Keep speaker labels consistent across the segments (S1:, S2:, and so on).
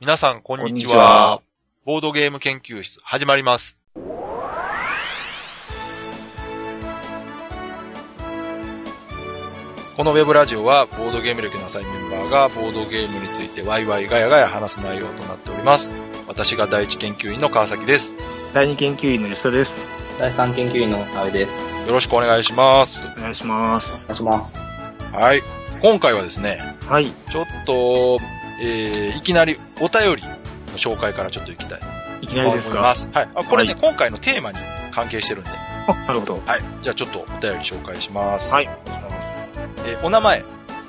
S1: 皆さん、こんにちは。
S2: こんにちは
S1: ボードゲーム研究室、始まります。このウェブラジオは、ボードゲーム歴の浅いメンバーが、ボードゲームについてワイワイガヤガヤ話す内容となっております。私が第一研究員の川崎です。よ
S2: 第二研究員の吉田です。
S3: 第三研究員の阿部です。
S1: ろしくお願いします。
S2: お願いします。
S3: お願いします。
S1: はい。今回はですね、
S2: はい。
S1: ちょっと、えー、いきなりお便りの紹介からちょっといきたいと
S2: いきなり
S1: 思
S2: で
S1: い
S2: すか
S1: ます。はい。あこれね、
S2: は
S1: 今回のテーマに関係してるんで、
S2: あなるほど。
S1: はい。じゃあちょっとお便り紹介します。
S2: はい。お願いします。
S1: えーお名前、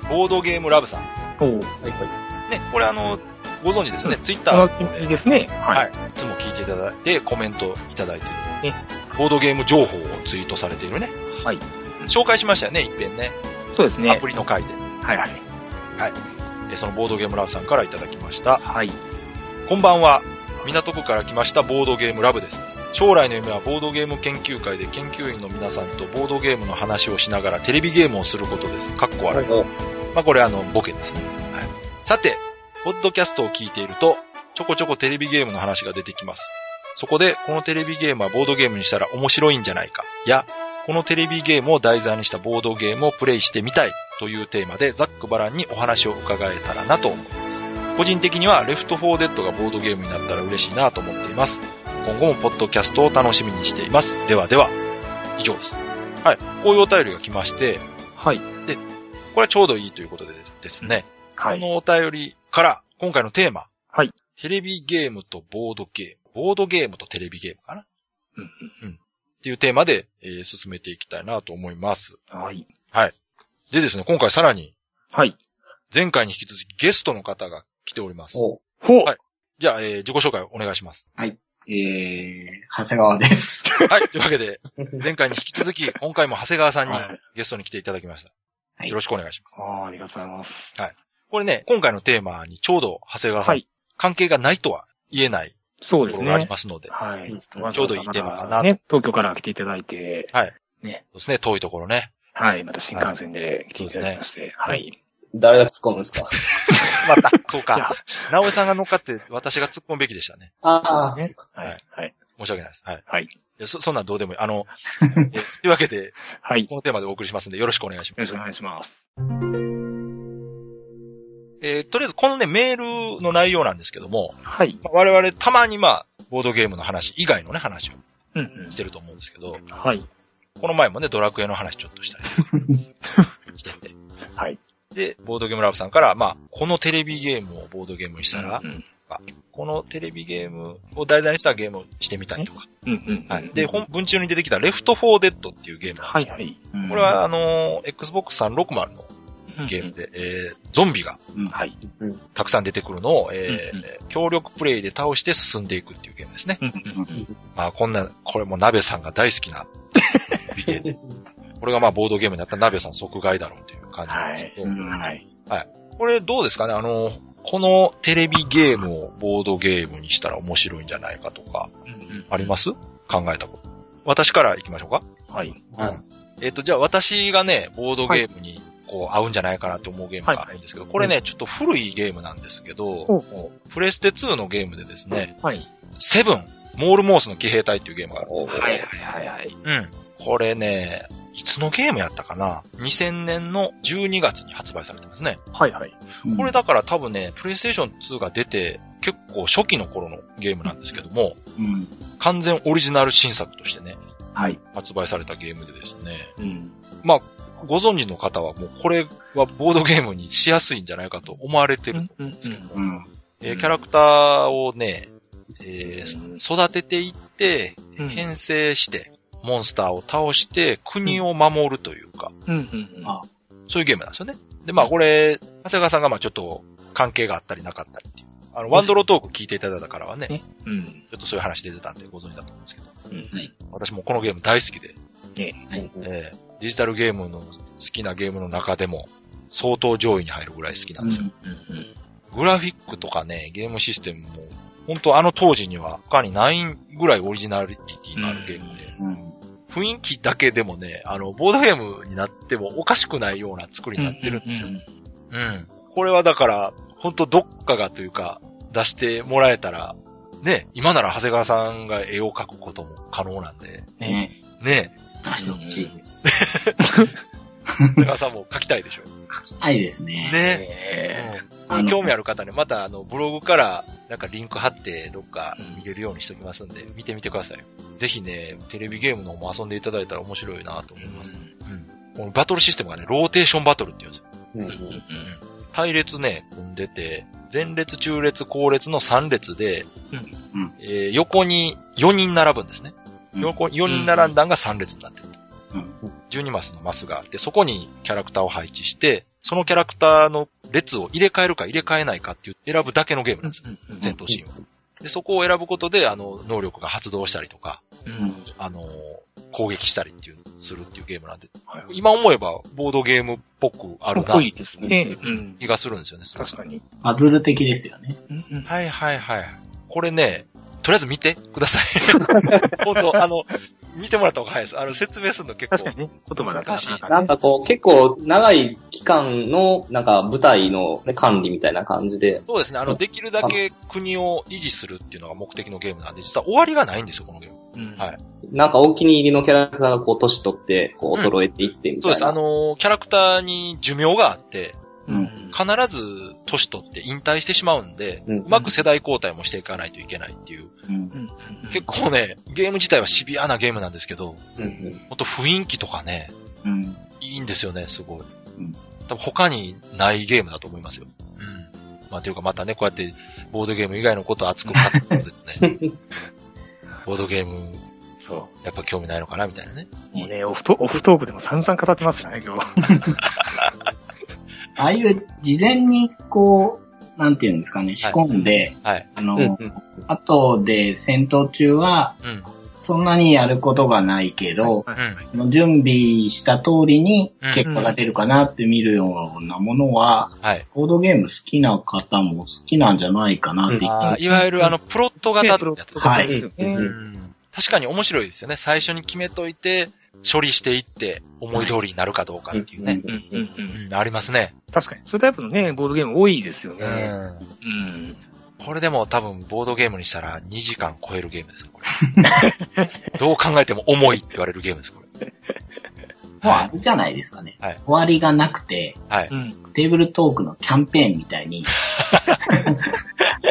S1: ボードゲームラブさん。
S2: おう。
S3: はいは
S1: ね、これあの、ご存知ですよね。ツイッタ
S2: お
S1: ー、
S2: なじみですね。
S1: は。
S2: はい
S1: いつも聞いていただいて、コメントいただいてる
S2: ね。
S1: ボードゲーム情報をツイートされているね。
S2: い。はい。
S1: 紹介しましたよね、一遍ね。
S2: そうですね。
S1: アプリの回で。
S2: はいはい。
S1: えーそのボードゲームラブさんからいただきました。
S2: はい。
S1: こんばんは。港区から来ましたボードゲームラブです。将来の夢はボードゲーム研究会で研究員の皆さんとボードゲームの話をしながらテレビゲームをすることです。かっこ悪い。
S3: い。
S1: まあこれあの、ボケですね。はい。さて、ポッドキャストを聞いていると、ちょこちょこテレビゲームの話が出てきます。そこで、このテレビゲームはボードゲームにしたら面白いんじゃないか、や、このテレビゲームを題材にしたボードゲームをプレイしてみたいというテーマでザックバランにお話を伺えたらなと思います。個人的には、レフト4デッドがボードゲームになったら嬉しいなと思っています。今後もポッドキャストを楽しみにしています。ではでは、以上です。はい。こういうお便りが来まして、
S2: はい。
S1: これはちょうどいいということでですね。
S2: は
S1: こ
S2: い。
S1: のお便りから、今回のテーマ。
S2: はい
S1: テレビゲームとボードゲーム。ボードゲームとテレビゲームかなっ
S2: うん
S1: ていうテーマで、えー進めていきたいなと思います。
S2: うんはい。
S1: でですね、今回さらに、
S2: はい。
S1: 前回に引き続きゲストの方が来ております。
S3: お
S2: ほう
S1: はいじゃあ、えー自己紹介お願いします。
S4: えー、長谷川です。
S1: はい。というわけで、前回に引き続き、今回も長谷川さんに
S2: はい
S1: ゲストに来ていただきました。
S4: はい
S1: よろしくお願いします。
S2: あーありがとうございます。
S1: これね、今回のテーマにちょうど長谷川さん、
S2: はい
S1: 関係がないとは言えない
S2: そう
S1: とこ
S2: です
S1: ろがあり
S2: ね。
S1: ますので、
S2: はい。
S3: うん
S2: ょっとわ
S1: ち
S2: ざ
S1: ょう
S2: わ
S1: ど
S2: ざ
S1: いいテーマかなと
S2: まだね、東京から来ていただいて、
S1: そうですね、遠いところね。
S2: はい。また新幹線で来ていただきまして、はい。
S3: 誰が突っ込むんですか
S1: また、 そう
S2: いや
S1: か。直江さんが乗っかって私が突っ込むべきでしたね。
S3: あ
S2: そうですね。はい。はい。
S1: 申し訳ないです。はい。
S2: はい。
S1: いやそ、そんなんどうでもいい。あの、 えというわけで、
S2: はい。よ
S1: このテーマでお送りしますんで、よろしくお願いしま
S2: ろしくお願いします。
S1: す。えーとりあえず、このね、メールの内容なんですけども、
S2: はい。
S1: まあ我々たまにまあ、ボードゲームの話以外のね、話を
S2: うんうん
S1: し。てると思うんですけど、
S2: はい。
S1: この前もね、ドラクエの話ちょっとした りしてて。
S2: はい。
S1: で、ボードゲームラブさんから、まあ、このテレビゲームをボードゲームにしたら、
S2: うんうん
S1: このテレビゲームを題材にしたゲームをしてみたいとか。
S2: うんうんうん。
S1: はい。で、本文中に出てきた、レフト4デッドっていうゲームなん
S2: は
S1: です
S2: い
S1: けど
S2: はい。
S1: これは、あのー Xbox 360のゲームで、えーゾンビが
S2: うん。はい。
S1: たくさん出てくるのを、えー
S2: うんうん
S1: 協力プレイで倒して進んでいくっていうゲームですね。
S2: うんうん
S1: まあ、こんな、これも鍋さんが大好きなビゲーム、これがまあ、ボードゲームになったら鍋さん即買いだろうっていう感じなん
S2: は
S1: ですけど、
S2: い。うんはい。
S1: これどうですかねあのーこのテレビゲームをボードゲームにしたら面白いんじゃないかとか、ありますす考えたこと。私から行きましょうか。
S2: はい。
S3: あ。
S1: えっ、と、じゃあ私がね、ボードゲームに、こう、合うんじゃないかなって思うゲームがあるんですけど、これね、ちょっと古いゲームなんですけど、
S2: ほうほ
S1: プレステ2のゲームでですね、
S2: う。はい。
S1: セブン、モールモースの騎兵隊っていうゲームがあるんですよ。
S2: はいはいはいはい。
S1: うん。これね、いつのゲームやったかな ?2000 年の12月に発売されてますね。
S2: はいはい。
S1: これだから多分ね、プレイステーション2が出て、結構初期の頃のゲームなんですけども、
S4: うん。
S1: 完全オリジナル新作としてね、
S2: はい。
S1: 発売されたゲームでですね、
S2: うん。
S1: まあ、ご存知の方はもうこれはボードゲームにしやすいんじゃないかと思われてる。
S2: うん
S4: うん。
S1: えー
S2: うん
S1: キャラクターをね、え
S2: うん
S1: ー育てていって、
S2: うん
S1: 編成して、モンスターを倒して、国を守るというか、
S2: うんうん。
S4: あ
S1: そういうゲームなんですよね。で、まあこれ、長谷川さんがまあちょっと関係があったりなかったりっていう。あの、ワンドロートーク聞いていただいたからはね、
S2: ねうん。
S1: ちょっとそういう話出てたんでご存知だと思うんですけど、
S2: うん
S1: 私もこのゲーム大好きで、
S3: はい。
S1: えーデジタルゲームの好きなゲームの中でも相当上位に入るぐらい好きなんですよ。グラフィックとかね、ゲームシステムも、本当あの当時には他にないぐらいオリジナリティのあるゲームで、
S4: うん。
S1: 雰囲気だけでもね、あの、ボードゲームになってもおかしくないような作りになってるんですよ。うんこれはだから、本当どっかがというか、出してもらえたら、ね、今なら長谷川さんが絵を描くことも可能なんで、
S4: ね、
S1: ね、
S4: 出してほしいです。
S1: 長谷川さんも描きたいでしょ。
S4: 書きたいですね。
S1: ね。
S2: え
S1: うん
S4: あの
S1: 興味ある方ね、またあの、ブログからなんかリンク貼ってどっか見れるようにしておきますんで、見てみてください。ぜひね、テレビゲームの方も遊んでいただいたら面白いなと思います。このバトルシステムがね、ローテーションバトルっていうんですよ。
S3: うんう
S2: うんうん
S3: ん
S1: 隊列ね、組んでて、前列、中列、後列の3列で、
S4: うんうん
S1: えー横に4人並ぶんですね。
S4: うん
S1: 横4人並んだんが3列になってる。
S4: う
S1: 12マスのマスがあって、そこにキャラクターを配置して、そのキャラクターの列を入れ替えるか入れ替えないかっていう選ぶだけのゲームなんですよ。
S2: うん
S1: 戦闘シーンは。で、そこを選ぶことで、あの、能力が発動したりとか、
S2: うん
S1: あの、攻撃したりっていう、するっていうゲームなんで、
S2: はい
S1: 今思えばボードゲームっぽくある
S2: かっ
S1: な
S2: こいいですね。うん
S1: 気がするんですよね。それ
S2: 確かに。
S4: パズル的ですよね。
S2: うんうん
S1: はいはいはい。これね、とりあえず見てくださ い。本当あの、見てもらった方が早いです。あの、説明するの結構。
S2: 確かにね、言葉だと
S1: 難しい
S2: なか
S3: な
S2: なんかね
S3: かこう、結構長い期間の、なんか舞台の、ね、管理みたいな感じで。
S1: そうですね。あの、できるだけ国を維持するっていうのが目的のゲームなんで、実は終わりがないんですよ、このゲーム。
S2: うん
S1: はい
S3: なんかお気に入りのキャラクターがこう、年取って、こう、衰えていってみた
S1: そ
S3: いうな。
S1: です。あのーキャラクターに寿命があって、
S4: うん。
S1: 必ず年取って引退してしまうんで、
S3: うん
S1: うまく世代交代もしていかないといけないっていう。
S4: うん
S2: う。んうん
S1: 結構ね、ゲーム自体はシビアなゲームなんですけど、
S3: うんうん
S1: ほんと雰囲気とかね、
S4: うん。
S1: いいんですよね、すごい
S4: ん。
S1: 多分他にないゲームだと思いますよ。うん。まあ、というかまたね、こうやって、ボードゲーム以外のことを熱く語ってるんですね。ボードゲーム、
S2: そ
S1: やっぱ興味ないのかなみたいなね。
S2: う。もうね、オフトオフトークでも散々語ってますよね、今日。
S4: ああいう事前にこう、なんていうんですかね、仕込んで、
S1: はい。
S4: あの、
S3: うんうん
S4: 後で戦闘中は、
S1: うん。
S4: そんなにやることがないけど、
S1: うん。
S4: その準備した通りに
S1: うん
S4: 結果が出るかなって見るようなものは、
S1: はい。
S4: ボードゲーム好きな方も好きなんじゃないかなって、
S1: あーいわゆるあの、プロット型ってやつですね。
S4: はい
S2: ですよね
S1: う。ん確かに面白いですよね。最初に決めといて、処理していって、思い通りになるかどうかっていうね。
S2: うんうんうん
S1: うん、ありますね。
S2: 確かに。そういうタイプのね、ボードゲーム多いですよ
S1: う
S2: ね。
S1: ん。
S2: うん。
S1: これでも多分ボードゲームにしたら2時間超えるゲームですよ、こ れ。どう考えても重いって言われるゲームです、これ。
S4: もうあれじゃないですかね。
S1: はい
S4: 終わりがなくて、
S1: はい。
S2: うん。
S4: テーブルトークのキャンペーンみたいに、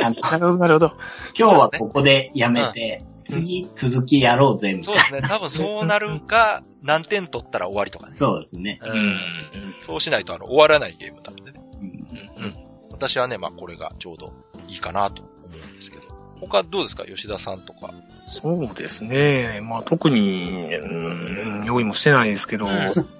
S4: あの
S2: なるほど、なるほど。
S4: 今日はここでやめて、
S1: そうで
S4: 次続きやろうぜ、みた
S1: そ
S4: いうな。
S1: ですね。多分そうなるか、何点取ったら終わりとかね。
S4: そうですね。
S1: うん。そうしないとあの終わらないゲームなんでね。
S4: うん
S1: 私はね、まあこれがちょうどいいかなと思うんですけど。他どうですか吉田さんとか。
S2: そうですね。まあ特に、うん、用意もしてないですけど、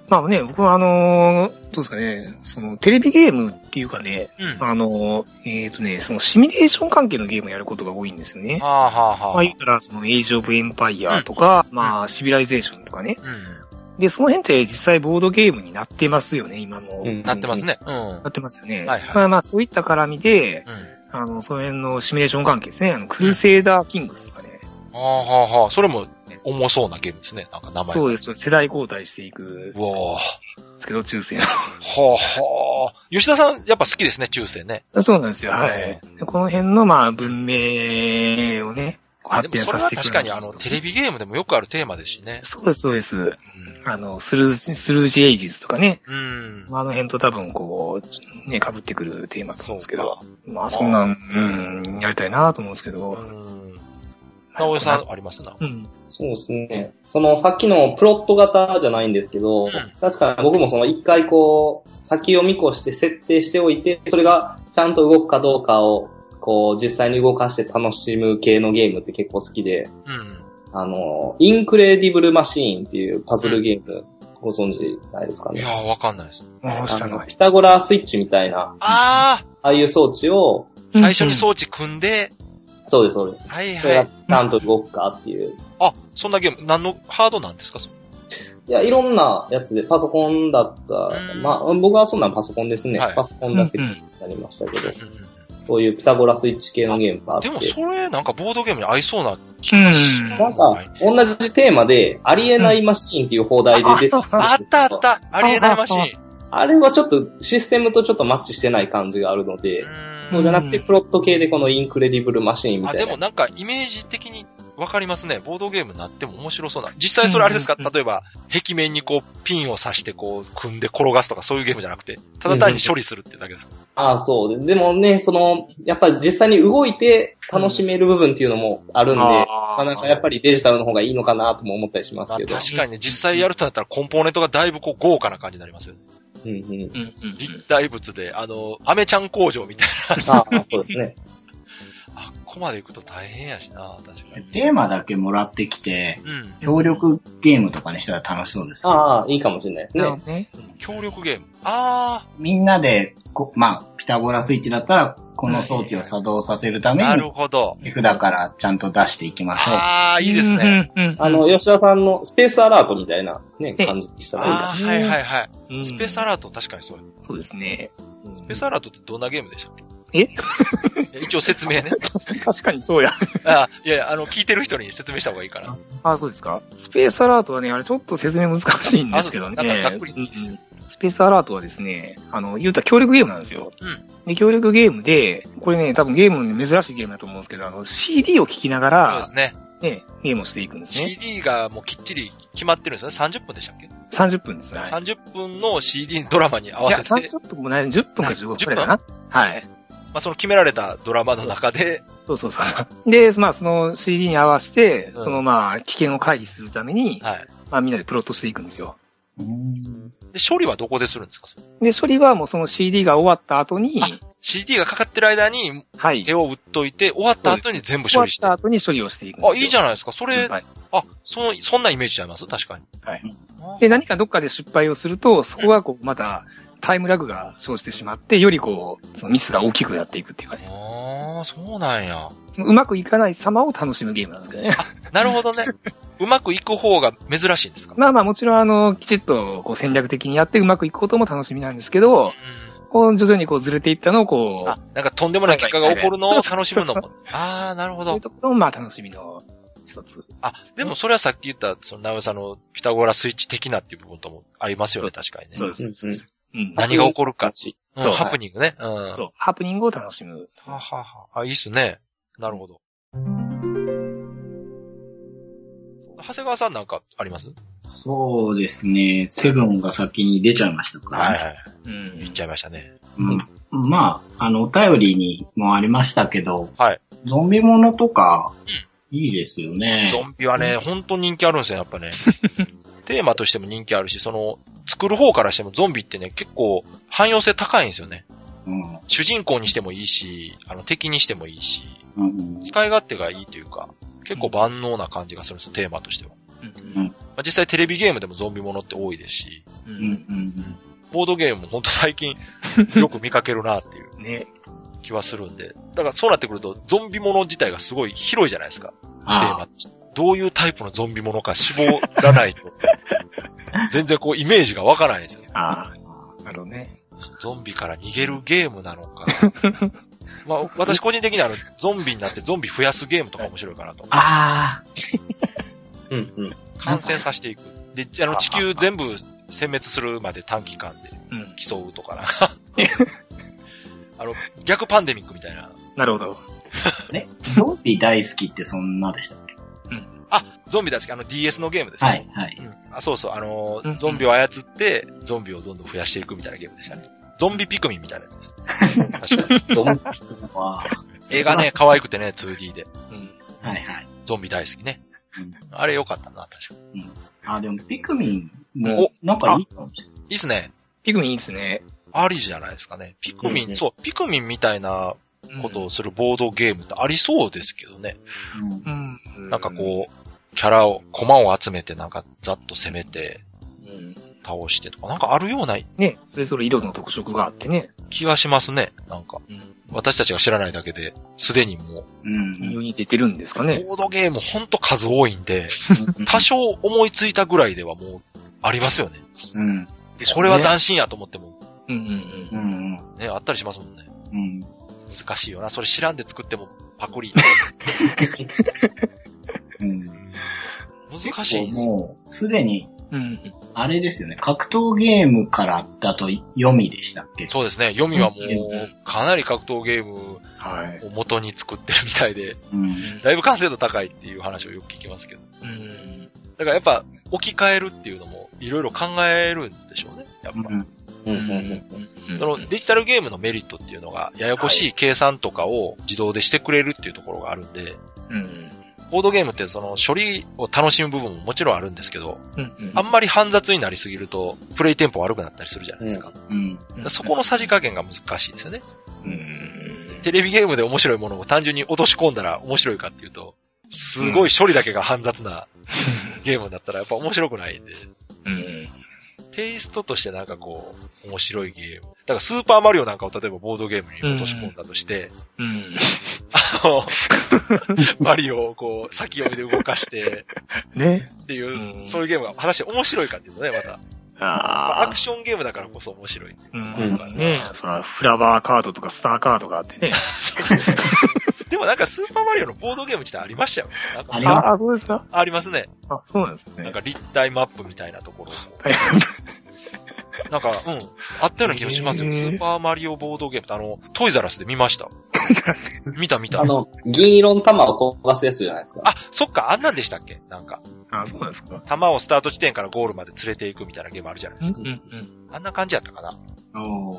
S2: まあね、僕はあのー、どうですかね、そのテレビゲームっていうかね、
S1: うん。は
S2: あのー、えっ、とね、そのシミュレーション関係のゲームをやることが多いんですよね
S1: あ。はあ
S2: まあ
S1: はあ
S2: 言っ。たら、その、エイジオブエンパイアとか、まあ、シビライゼーションとかね。
S1: う
S2: で、その辺って実際ボードゲームになってますよね、今の。
S3: うん
S1: ん。なってますね。うん。
S2: なってますよね。
S1: はいはい
S2: まあまあ、そういった絡みで、
S1: うん。
S2: あの、その辺のシミュレーション関係ですね。あの、クルセイダーキングスとかね。
S1: はあはあはあ。それも重そうなゲームですね。なんか名前。
S2: そう
S1: う
S2: です。世代交代していくんで
S1: うわあ。
S2: すけど、中世
S1: はあはあ。吉田さん、やっぱ好きですね、中世ね。
S2: の。 そうなんですよ。は
S1: はい
S2: い。でこの辺の、まあ、文明をね、こう
S1: あ
S2: 発
S1: でも
S2: 展
S1: それ
S2: さ
S1: は
S2: せていく。
S1: 確かにあの、テレビゲームでもよくあるテーマですしね。
S2: そうです、そうです。あの、スルー、スルージエイジズとかね。
S1: うん。
S2: まあ、あの辺と多分、こう、ね、被ってくるテーマだと思うんですけど。
S1: か。
S2: まあ、そんなん、うん、やりたいなと思うんですけ
S1: う
S2: ど。
S1: ん。直江さん、ありますな。
S2: うん。
S3: そうですね。その、さっきのプロット型じゃないんですけど、
S1: うん
S3: 確かに僕もその一回こう、先を見越して設定しておいて、それがちゃんと動くかどうかを、こう、実際に動かして楽しむ系のゲームって結構好きで、
S1: うん。
S3: あの、インクレディブルマシーンっていうパズルゲーム、ご存知ないですか
S1: い
S3: ね
S1: や。ー、わかんないです。
S2: もう知らな
S3: あの
S2: い。
S3: ピタゴラスイッチみたいな、
S1: ああ
S3: ああいう装置を、
S1: 最初に装置組んで、
S3: そうです、そうです。
S1: はい
S3: それ
S1: は
S3: が
S1: い
S3: ち。ゃんと動くかっていう
S1: あ、そんなゲーム、何の、ハードなんですかそ
S3: いや、いろんなやつで、パソコンだったら
S1: うん、
S3: まあ、僕はそんなんパソコンですね。
S1: はい
S3: パソコ
S2: う
S3: ン
S2: んう
S3: だ
S2: ん
S3: けになりましたけど、
S1: うんうん
S3: そういうピタゴラスイッチ系のゲームがあって
S1: で、もそれ、なんかボードゲームに合いそうな気がし
S2: うん
S3: なんか、同じテーマで、ありえないマシーンっていう放題で出てたんです
S1: あ
S3: け
S1: っ
S3: ど
S1: たあったありえないマシン。
S3: あれはちょっとシステムとちょっとマッチしてない感じがあるので、
S1: うーん
S3: そうじゃなくて、プロット系でこのインクレディブルマシーンみ
S1: あ、
S3: た
S1: で
S3: いな
S1: も。なんかイメージ的にわかりますね。ボードゲームになっても面白そうな。実際それあれですか
S2: うんうんうん
S1: 例えば、壁面にこう、ピンを刺してこう、組んで転がすとかそういうゲームじゃなくて、ただ単に処理するってだけですか
S3: ああ、そうで。でもね、その、やっぱり実際に動いて楽しめる部分っていうのもあるんで、まあなんかやっぱりデジタルの方がいいのかなとも思ったりします
S1: まあ
S3: けど。
S1: 確かにね、実際やるとなったらコンポーネントがだいぶこう豪華な感じになりますよね。
S3: うんうん。
S4: うんうん
S1: 立体物で、あの、アメちゃん工場みたい
S3: ああ、そうですね。
S1: な。あ、ここまで行くと大変やしな、確か
S4: う
S1: に
S4: ん。テーマだけもらってきて、
S1: うん。
S4: 協力ゲームとかにしたら楽しそうです。
S3: ああ、いいかもしれないです
S2: なる
S3: ね
S2: ほ。どね。
S1: 協力ゲーム。あ
S4: みんなでこ、まあ、ピタゴラスイッチだったら、この装置を作動させるた
S1: ー、
S4: め
S1: なる
S4: に、
S1: ほど。
S4: 手札からちゃんと出していきましょう。
S1: あー、いいですね。
S2: うんうんうん。
S3: あの、吉田さんのスペースアラートみたいなね、
S2: え
S3: 感じにしたらいいか
S1: あー、はいはいはい。
S2: うん
S1: スペースアラート確かにそうや。
S2: そうです ね。
S1: スペースアラートってどんなゲームでしたっけ
S2: え
S1: 一応説明ね。
S2: 確かにそうや。
S1: あいやいや、あの、聞いてる人に説明した方がいいから。
S2: あ、そうですか。スペースアラートはね、あれちょっと説明難しいんですけどね。
S1: あそうですかなんかざっくりでいいですよ
S2: うんスペースアラートはですね、あの、言うたら協力ゲームなんですよ。
S1: うん
S2: で、協力ゲームで、これね、多分ゲームの珍しいゲームだと思うんですけど、あの、CD を聴きなが
S1: そう
S2: ら
S1: で、すね。
S2: ね、ゲームをしていくんですね。
S1: CD がもうきっちり決まってるんですよね。30分でしたっけ、
S2: 30分ですね。い
S1: ?30 分の CD ドラマに合わ
S2: や、
S1: せて、
S2: 30分もない、10分か15分くらいかな。はい。
S1: まあその決められたドラマの中で、
S2: そうそうそう。で、まあ、その CD に合わせて、
S1: うん
S2: そのまあ、危険を回避するために、
S1: はい。
S2: まあ、みんなでプロットしていくんですよ。
S4: うん
S1: で、処理はどこでするんですかそれ
S2: で、処理はもうその CD が終わった後に、
S1: ?CD がかかってる間に
S2: はい。
S1: 手を打っといて、終わった後に全部
S2: 終
S1: 処
S2: わっ
S1: 理して。
S2: た
S1: あ、
S2: 後に処理をしていくんですよ。
S1: いいじ
S2: ゃん。
S1: ゃないですか。それ、
S2: はい、
S1: あ、その、そんなイメージちゃいます確かに。
S2: はい
S1: あー。
S2: で、何かどっかで失敗をすると、そこがこう、また、タイムラグが生じてしまって、よりこう、そのミスが大きくなっていくっていうかね。
S1: あーそうなんや。
S2: そのうまくいかない様を楽しむゲームなんですけど ね。
S1: なるほどね。うまくいく方が珍しいんですか
S2: まあまあ、もちろん、あの、きちっと、こう、戦略的にやってうまくいくことも楽しみなんですけど、こう、徐々にこう、ずれていったのを、こう
S1: あ、、なんかとんでもない結果が起こるのを楽しむの
S2: そうそ
S1: も。ああ、なるほ
S2: そうい
S1: ど
S2: う。ところも、まあ、楽しみの一つ。
S1: あ、でもそれはさっき言った、その、なおさんのピタゴラスイッチ的なっていう部分とも合いますよね、確かにね。
S2: そうです
S3: うんうん
S2: うん。
S1: 何が起こるか。うん
S2: そう
S1: ハプニングね。うん。は
S2: そう。ハプニングを楽しむ。
S1: ははあ、いいっすね。なるほど。長谷川さんなんかあります
S4: そうですね。セブンが先に出ちゃいましたから、
S1: はい。
S2: うん
S1: 言っちゃいましたね。
S4: うんまあ、あの、お便りにもありましたけど、
S1: はい
S4: ゾンビものとか、いいですよね。
S1: ゾンビはね、本当に人気あるんですよ、やっぱね。テーマとしても人気あるし、その、作る方からしてもゾンビってね、結構汎用性高いんですよね。
S4: うん
S1: 主人公にしてもいいし、あの、敵にしてもいいし、
S4: うん
S1: 使い勝手がいいというか、結構万能な感じがするんですよ、テーマとしては。
S2: うん。
S1: まあ、実際テレビゲームでもゾンビものって多いですし、
S2: う
S4: うんうん
S2: ん。
S1: ボードゲームもほんと最近よく見かけるなっていう
S2: ね。
S1: 気はするんで、だからそうなってくるとゾンビもの自体がすごい広いじゃないですか、テー
S4: あ
S1: マとして。どういうタイプのゾンビものか絞らないと、 全然こうイメージがわからないんですよね。
S4: あああ
S2: なるほどね。
S1: ゾンビから逃げるゲームなのか。 まあ、私個人的にはあの、ゾンビになってゾンビ増やすゲームとか面白いかなと。
S4: あ
S3: うんうん。
S1: 感染させていく。で、あの、地球全部殲滅するまで短期間で
S2: うん。
S1: 競うとかな。 あの、逆パンデミックみたいな。
S2: なるほど。
S4: ね、ゾンビ大好きってそんなでしたっけ
S1: あ、ゾンビだし、あの DS のゲームですね。
S4: はい、はい。
S1: うんあそうそう、あの
S2: うんう、ん
S1: ゾンビを操って、ゾンビをどんどん増やしていくみたいなゲームでしたね。ゾンビピクミンみたいなやつです。確かに。
S3: ゾン
S4: わあ
S1: 映画ね、可愛くてね、2D で。
S2: うん。
S4: はい、はい。
S1: ゾンビ大好きね
S4: うん。
S1: あれ良かったな、確かに。
S4: あ、でもピクミンも、なんかいいかもしれない。
S1: いいっすね。
S2: ピグミンいいですね。
S1: ありじゃないですかね。ピクミ
S3: うんう
S1: ン、
S3: ん
S1: そう、ピクミンみたいなことをするボードゲームってありそうですけどね。
S4: うん
S2: うん。
S1: なんかこう、キャラを、コマを集めてなんかざっと攻めて、
S2: うん。
S1: 倒してとか、なんかあるような
S2: ね。それぞれ色の特色があってね。
S1: 気がしますね。なんか、
S2: うん。
S1: 私たちが知らないだけで、すでにも
S4: うん
S2: 世に出てるんですか
S1: う、
S2: ね。
S1: ボードゲームほんと数多いんで、多少思いついたぐらいではもう、ありますよね。
S4: うん
S1: これは斬新やと思っても、
S2: うんうん
S4: う
S2: うん。
S4: ん
S1: ね、あったりしますもんね。
S4: うん
S1: 難しいよな。それ知らんで作ってもパクリ。
S4: うん
S1: 難しいんですよ。
S4: もう、すでに
S2: うん。
S4: あれですよね。格闘ゲームからだと読みでしたっけ
S1: そうですね。読みはも
S4: う
S1: う、かなり格闘ゲーム
S2: はい。
S1: を元に作ってるみたいで、
S4: うん。
S1: だいぶ完成度高いっていう話をよく聞きますけど。
S2: うん。
S1: だからやっぱ、置き換えるっていうのも、いろいろ考えるんでしょうね。やっぱ。
S4: うん
S3: うん
S2: う
S3: うんうん。
S2: ん
S1: そのデジタルゲームのメリットっていうのが、ややこしい計算とかを自動でしてくれるっていうところがあるんで、
S2: うん。
S1: ボードゲームってその処理を楽しむ部分ももちろんあるんですけど、
S2: うん。
S1: あんまり煩雑になりすぎると、プレイテンポ悪くなったりするじゃないですか。だか
S4: うん。
S1: らそこのさじ加減が難しいですよね。
S2: うん。
S1: テレビゲームで面白いものを単純に落とし込んだら面白いかっていうと、すごい処理だけが煩雑 なゲームだったらやっぱ面白くないんで、
S2: うん。
S1: テイストとしてなんかこう、面白いゲーム。だからスーパーマリオなんかを例えばボードゲームに落とし込んだと して、
S2: うん。
S1: あのマリオをこう、先読みで動かして
S2: ね。
S1: っていう、
S2: うん
S1: そういうゲームが果たして面白いかっていうとね、また。まあ
S2: あ
S1: アクションゲームだからこそ面白い っていう
S2: う
S1: のもあるから
S2: ん。
S1: ね
S2: ねそら、フラワーカードとかスターカードがあってね。
S1: でもなんかスーパーマリオのボードゲーム自体ありましたよね。なんか
S4: あります
S2: ああ、そうですか
S1: ありますね。
S2: あ、そうなんですね。
S1: なんか立体マップみたいなところを
S2: はい
S1: なんか、うん。あったような気がしますよ。
S2: へー
S1: スーパーマリオボードゲームって、あの、トイザラスで見ました。見た見た
S3: あ。の、銀色の玉を焦がすやつじゃないですか。
S1: あ、そっか、あんなんでしたっけなんか、
S2: あ、そうなんですか
S1: 弾をスタート地点からゴールまで連れていくみたいなゲームあるじゃないですか。
S2: うんうん。
S1: あんな感じやったかな。
S4: おー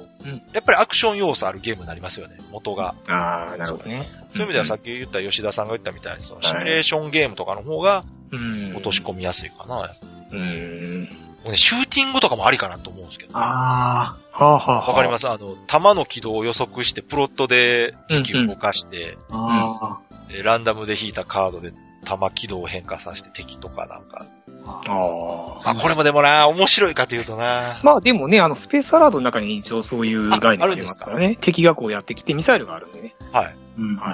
S1: やっぱりアクション要素あるゲームになりますよね、元が。
S2: ああ、なるほどね。
S1: そういう意味ではさ
S2: っ
S1: っき言った吉田さんが言ったみたいに、そのシミュレーションゲームとかの方が
S2: き、うん
S1: 落とし込みやすいかな。も
S2: うん。
S1: うねシューティングとかもありかなと思うんですけど。
S4: あ
S2: はあ、はあ、
S1: わかり
S2: ま
S1: ますあの、弾の軌道を予測して、プロットで時期を動かして、
S4: ーあ
S1: えーランダムで引いたカードで弾軌道を変化させて敵とかなんか。
S2: す。ああ。
S1: あ、これもでもな、面白いかというとな。
S2: まあでもね、あの、スペースアラードの中に一応そういう概念がありますからね。敵がこうやってきてミサイルがあるんでね。
S1: はい。
S4: ー。うん。
S2: はい。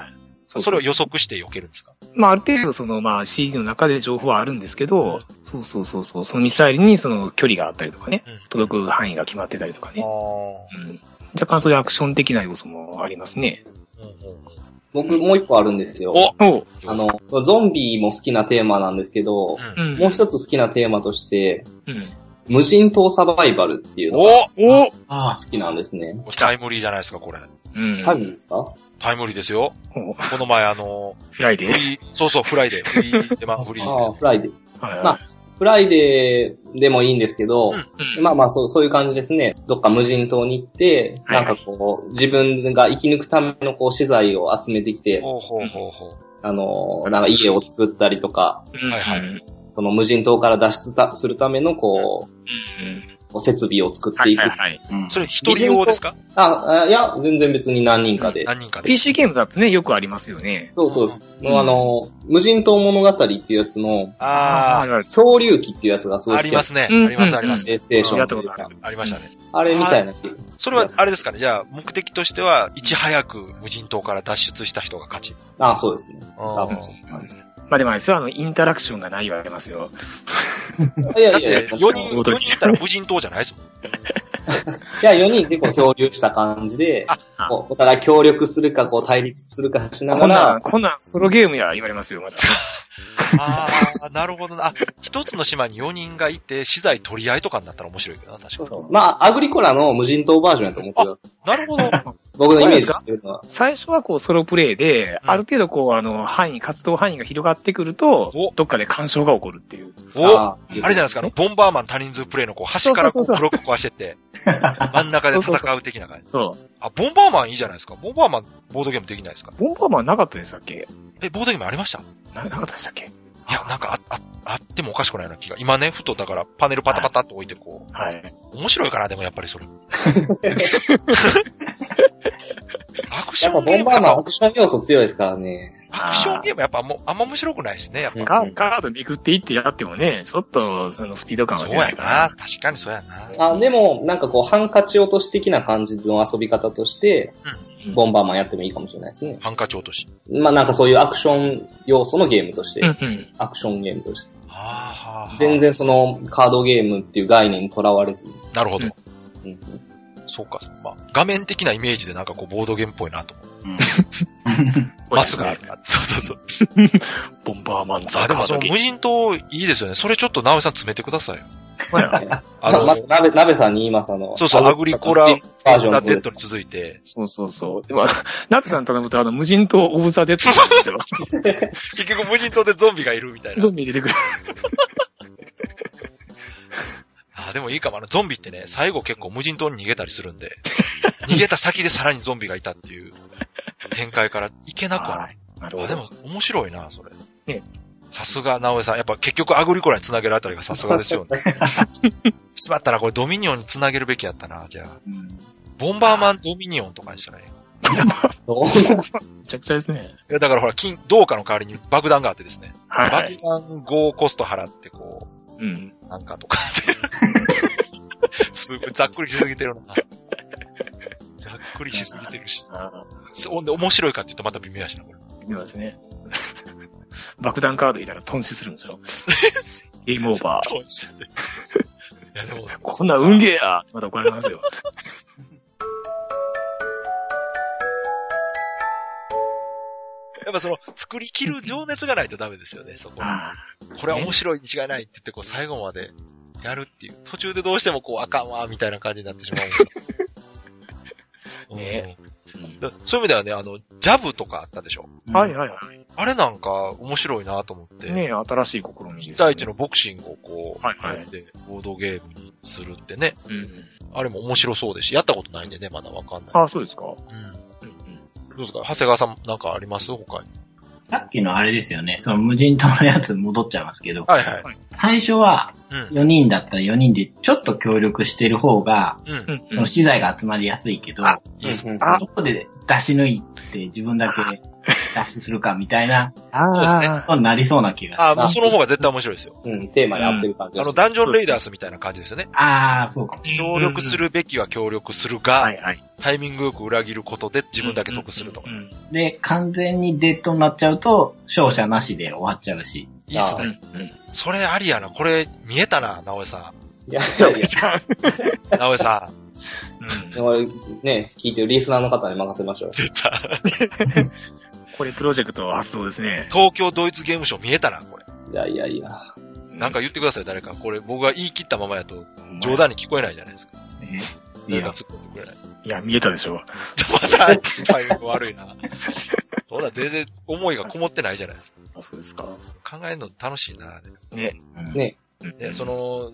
S2: うう
S1: それを予測して避けるんですか
S2: まあ、ある程度、その、まあ、CD の中で情報はあるんですけど、そうそうそうそう、そのミサイルにその距離があったりとかね、
S1: うん
S2: 届く範囲が決まってたりとか
S1: あ
S2: ね。
S1: ー
S2: うん。若干そういうアクション的な要素もありますね。
S1: うんうんうん
S3: 僕もう一個あるんですよ。
S1: お
S2: おう。
S3: あの、ゾンビも好きなテーマなんですけど、
S1: う
S2: うんん。
S3: もう一つ好きなテーマとして、
S2: うん。
S3: 無人島サバイバルっていうのが
S1: お
S2: お
S4: あ
S3: 好きなんですね。
S1: これタイムリーじゃないですか、これ。
S2: うん。
S3: 多分ですか
S1: タイムリーですよ。
S2: お
S1: この前、あの、
S2: フライデ
S1: フ
S2: ー。
S1: リー、そうそう、フライデー。フリーで、まあ、フリ
S3: ああ、
S1: ー
S3: フライデー。
S2: はい
S3: まあフライデーでもいいんですけど、
S1: うん
S2: うん
S3: まあまあそう、そういう感じですね。どっか無人島に行って、
S2: はいはい
S3: なんかこう、自分が生き抜くためのこう、資材を集めてき
S1: で。
S3: て、
S1: ほうほうほうほう。
S3: あのー、なんか家を作ったりとか、
S2: うん
S1: はいはい
S2: うん。
S3: その無人島から脱出たするためのこ
S2: うん
S3: う、設備を作っ
S2: は
S3: て
S2: い
S3: いく。
S2: はいはい。
S4: うん
S1: それ一人用ですか
S3: ああ、いや、全然別に何人かで。
S1: 何人かで。
S2: PC ゲームだとね、よくありますよね。
S3: そうそうです。
S2: ん
S3: もうあのー、無人島物語っていうやつの、
S1: あ
S2: ある
S3: 漂流記っていうやつがす
S1: あ、
S3: ご
S1: あ
S3: い好
S1: り
S3: きな
S1: ま
S3: んです
S1: すね。あ
S2: うん
S1: ります、あります。
S3: ステーション。
S2: やったことある。
S1: ありましたね。
S3: あれみたいな。
S1: それは、あれですかね。じゃあ、目的としては、いち早く無人島から脱出した人が勝ち。
S3: ああ、そうですね。
S1: 多
S3: 分そうなんです
S2: まあでもあれですよ、あの、インタラクションがないわけますよ。
S3: いや
S1: だっ
S3: いやい
S1: て、
S3: や、
S1: 4人、
S2: 驚き
S1: 4人いたら無人島じゃないですもん。
S3: いや、4人でこう漂流した感じで
S1: あ
S2: あ、
S3: こうお互い協力するか、こう対立するかしな
S2: こ
S3: が
S2: んな
S3: ら
S2: ん、、こんなんソロゲームや言われますよ、また。
S1: ああ、なるほどな。あ、一つの島に4人がいて、資材取り合いとかになったら面白いけどな、確か
S3: そうまあ、アグリコラの無人島バージョンやと思ってください。
S1: に。なるほど。
S3: 僕のイメージしてるのは。
S2: 最初はこうソロプレイで、
S1: うん
S2: ある程度こうあの範囲、活動範囲が広がってくると
S1: お、
S2: どっかで干渉が起こるっていう。
S1: おあ
S3: あー
S1: れじゃないですか、あの、ボンバーマン多人数プレイのこう、端からこう、ブ
S2: そうそ
S1: ロック壊してって、真ん中で戦う的な感じ。
S2: そ
S1: あ、ボンバーマンいいじゃないですか。ボンバーマン、ボードゲームできないですか
S2: う。ボンバーマンなかったでしたっけ
S1: え、ボードゲームありましたい
S2: ななかったでしたっけ
S1: や、なんかあ、あ、あってもおかしくないような気が。今ね、ふとだから、パネルパタパタっと置いてこ
S2: はい。
S1: う、面白いかな、でもやっぱりそ れ。アクシ
S3: やっ
S1: ョ
S3: ぱ
S1: ンゲー
S3: ボン
S1: ム
S3: バ
S1: やっ
S3: ーマン
S1: ぱ
S3: アクション要素強いですからね。
S1: アクションゲームやっぱもうあんま面白くないですね、やっぱ。
S2: カカードめくっていってやってもね、ちょっとそのスピード感は
S1: そう
S2: 出
S1: や
S2: な
S1: ない
S2: か。
S1: 確かにそうやな。
S3: あでも、なんかこう、ハンカチ落とし的な感じの遊び方として、
S2: うん
S3: ボンバーマンやってもいいかもしれないですね。
S1: ハンカチ落とし。
S3: まあなんかそういうアクション要素のゲームとして、
S2: うんうん。
S3: アクションゲームとして。
S1: あーはーはー
S3: 全。然そのカードゲームっていう概念にとらわれずに。
S1: なるほど。
S2: うん
S3: うん
S1: そうか、そうかまあ、画面的なイメージでなんかこう、ボードゲームっぽいなと思う。
S4: うん
S1: マスがあるな。そうそうそう。
S2: ボンバーマンザ
S1: あ、で
S2: カ
S1: も
S2: ー
S1: そ
S2: ド
S1: の
S2: ゲ
S1: 無人島いいですよね。それちょっと直江さん詰めてくださいよ。
S2: ほら
S1: あ
S3: まま
S1: の
S3: ず、、鍋、鍋さんに言います、あの、
S1: そうそう、アグリコラ、
S3: ア
S1: オ
S3: グリコラバージ
S1: ブ
S3: ョ
S1: ザ・
S3: ンの
S1: デッドに続いて、
S2: そうそうそう。でも、ナツさん頼むと、あの、無人島オブザデッドなん ですよ。
S1: 結局無人島でゾンビがいるみたいな
S2: ゾ。ンビ出てくる。
S1: あ、でもいいかも。あの、ゾンビってね、最後結構無人島に逃げたりするんで、 逃げた先でさらにゾンビがいたっていう展開からいけなくはない。
S2: なる
S1: あ、でも面白いな、それ。
S2: ね
S1: さすが、直江さん。やっぱ結局アグリコラに繋げるあたりがさすがですよ ね。しまったらこれドミニオンに繋げるべきやったな、じゃあ。
S4: うん
S1: ボンバーマンドミニオンとかにしたらね。
S3: どう
S2: めちゃくちゃですね。
S1: いやだからほら、金、銅貨の代わりに爆弾があってですね。
S2: はい、はい。
S1: 爆弾5コスト払ってこ
S2: うん。
S1: う、なんかとかって。すごい、ざっくりしすぎてるな。ざっくりしすぎてるし。
S2: あ
S1: ほんで、面白いかって言うとまた微妙やし な、これ。
S2: あ、ではですね。爆弾カードいたら頓死するん ですよ。ゲームオーバー。
S1: どうしよういや、でも、
S2: こんなん運ゲーやまた怒られますよ。
S1: やっぱその、作り切る情熱がないとダメですよね、そこ。
S2: あ
S1: これは面白いに違いないって言って、こう、最後までやるっていう。途中でどうしてもこう、あかんわ、みたいな感じになってしまう。
S2: ね
S1: うんだそういう意味ではね、あの、ジャブとかあったでしょ。
S2: あはいはいは
S1: あれなんか面白いなと思って。
S2: い。ねえ新しい試みです、ね。
S1: 1対1の。ボクシングをこう、
S2: はいはい
S1: やって、ボードゲームにするってね。
S2: うん。
S1: あれも面白そうですし、やったことないんでね、まだわかんない。
S2: ああ、そうですか。
S1: うん。
S2: うんうん。
S1: どうですか長谷川さんなんかあります他に。
S4: さっきのあれですよね、その無人島のやつ戻っちゃいますけど、
S1: はいはい。
S4: 最初は
S1: うん。
S4: 4人だったら4人でちょっと協力してる方が、
S1: うん。
S2: うん
S4: その資材が集まりやすいけど、
S1: あ、いいですね。
S3: うん
S4: あそこで出し抜いて自分だけ脱出するかみたいな、
S2: あ
S1: そうですね
S2: あ
S4: ことになりそうな気がする。
S1: あ、もうその方が絶対面白いですよ。
S3: うん、テーマに合ってる感じ
S1: あ
S3: が
S1: の、
S3: します
S1: ダンジョンレイダースみたいな感じですよね。
S4: ああ、そうかも。
S1: 協力す。るべきは協力する
S2: は
S1: が
S2: い、はい。
S1: タイミングよく裏切ることで自分だけ得するとか。
S2: うんうん
S4: で、完全にデッドになっちゃうと、勝者なしで終わっちゃうし。
S1: いいっす
S2: う
S1: ね。
S2: んうん。
S1: それありやな。これ、見えたな、直江さ
S3: いやいやいや
S1: ん。直江さ ん。
S3: でもね、聞いてるリスナーの方に任せましょう。
S1: 出た。
S2: これプロジェクト発動ですね。
S1: 東京ドイツゲームショー見えたな、これ。
S3: いやいやいや。
S1: なんか言ってください、誰か。これ、僕が言い切ったままやと、冗談に聞こえないじゃないですか。
S4: えい
S1: 誰か
S4: や、
S1: 突っ込んでくれない。
S2: いや、見えたでしょ。
S1: また、タイミング悪いな。そうだ、全然思いがこもってないじゃないですか。
S2: そうですか。
S1: 考えるの楽しいな。
S4: うん
S3: ね
S1: で、そ、の、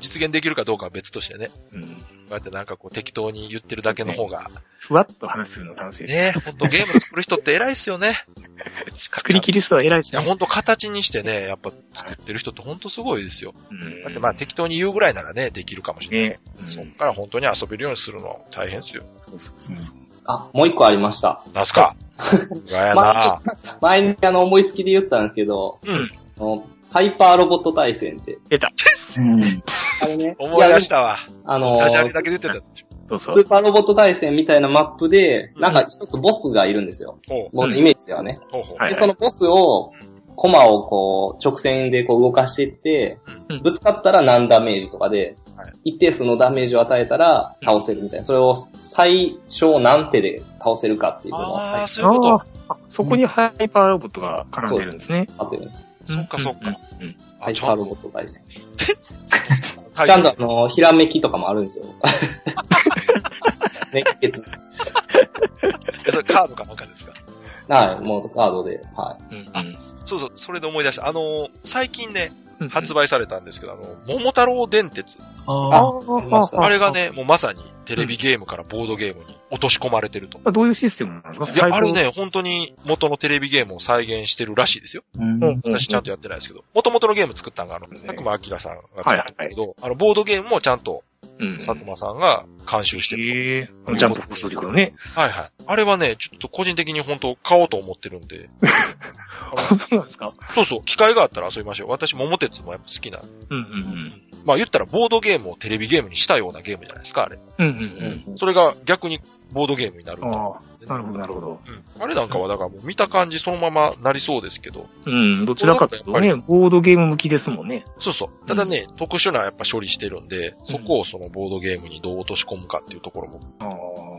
S1: 実現できるかどうかは別としてね。
S2: うん。
S1: こうやってなんかこう適当に言ってるだけの方が。
S2: ふわっと話するの楽しいです。
S1: ねほんとゲーム作る人って偉いっすよね。
S2: 作り切る人は偉いで
S1: い
S2: す
S1: や、
S2: ね。
S1: ほんと形にしてね、やっぱ作ってる人ってほんとすごいですよ。
S2: うん
S1: だってまあ適当に言うぐらいならね、できるかもしれない。
S2: ねうん
S1: そっから本当に遊べるようにするのは大変ですよ。
S2: そうそうそうそう。
S3: あ、もう一個ありました。
S1: なんすかガやな
S3: ま前にあの思いつきで言ったんですけど、
S1: うん。
S3: あのハイパーロボット対戦って。
S4: うん。
S3: あれね
S1: 思い出したわ。
S3: あの、
S1: ダジャレ
S3: ス
S1: だけで言ってたって。
S2: そうそう。
S3: ーパーロボット対戦みたいなマップで、なんか一つボスがいるんですよ。
S1: ほう
S3: 僕のイメージではね。
S1: ほうほう。
S2: はい
S3: で、そのボスを、コマをこう、直線でこう動かしていって
S2: うん、
S3: ぶつかったら何ダメージとかで
S1: はい、
S3: 一定数のダメージを与えたら倒せるみたいな。それを最小何手で倒せるかっていうのが
S1: ああ、そういうこ
S2: あ
S1: と。
S2: ああ、そこにハイパーロボットが絡んでるんですね。
S3: あってるんです。
S1: そっかそっか。
S2: うん。うん
S3: ハ
S1: あ
S3: イ
S1: ち
S3: パ
S1: ゃ
S3: ー
S1: ん
S3: ロ
S1: と
S3: ボット対戦。
S1: はい
S3: ちゃんとあの、ひらめきとかもあるんですよ。熱血。
S1: え、それカードかなんかですか
S3: はい、もうカードで。は
S2: うんうん
S1: そうそう、それで思い出した。あのー、最近ね、
S2: うん
S1: 発売されたんですけど、あの、桃太郎電鉄。
S2: あ
S4: あ
S2: あ
S1: あれが。ね、もうまさにテレビゲームからボードゲームに落とし込まれてると。
S2: あどういうシステムなんですか
S1: いや、あれ。ね、本当に元のテレビゲームを再現してるらしいですよ。
S4: ーうん
S2: 最高
S1: 私ちゃんと。やってないですけど、元々のゲーム作ったのが、あの、佐久間明さんが作ったんですけど、あの、ボードゲームもちゃんと
S2: うん。
S1: 佐久間さんが監修してる。
S2: ええあのジャンプ放送局のね。
S1: はいはい。あれはね、ちょっと個人的に本当買おうと思ってるんで、
S2: あそうなんですか
S1: そうそう、機会があったら遊びましょう。私、桃鉄もやっぱ好きなんで
S2: うんうん
S1: まあ言ったらボードゲームをテレビゲームにしたようなゲームじゃないですか、あれ。
S2: うん。うん
S3: い。
S2: うん
S1: それが逆にボードゲームになる
S2: うん。
S1: と。
S2: ああ。
S1: で
S2: なるほど、なるほど。
S1: うん。あれなんかは、だからもう見た感じそのままなりそうですけど。
S2: うん、どちらかというとね、ボードゲーム向きですもんね。
S1: そうそう。ただね、特殊なやっぱ処理してるんで、そこをそのボードゲームにどう落とし込むかっていうところも
S2: あ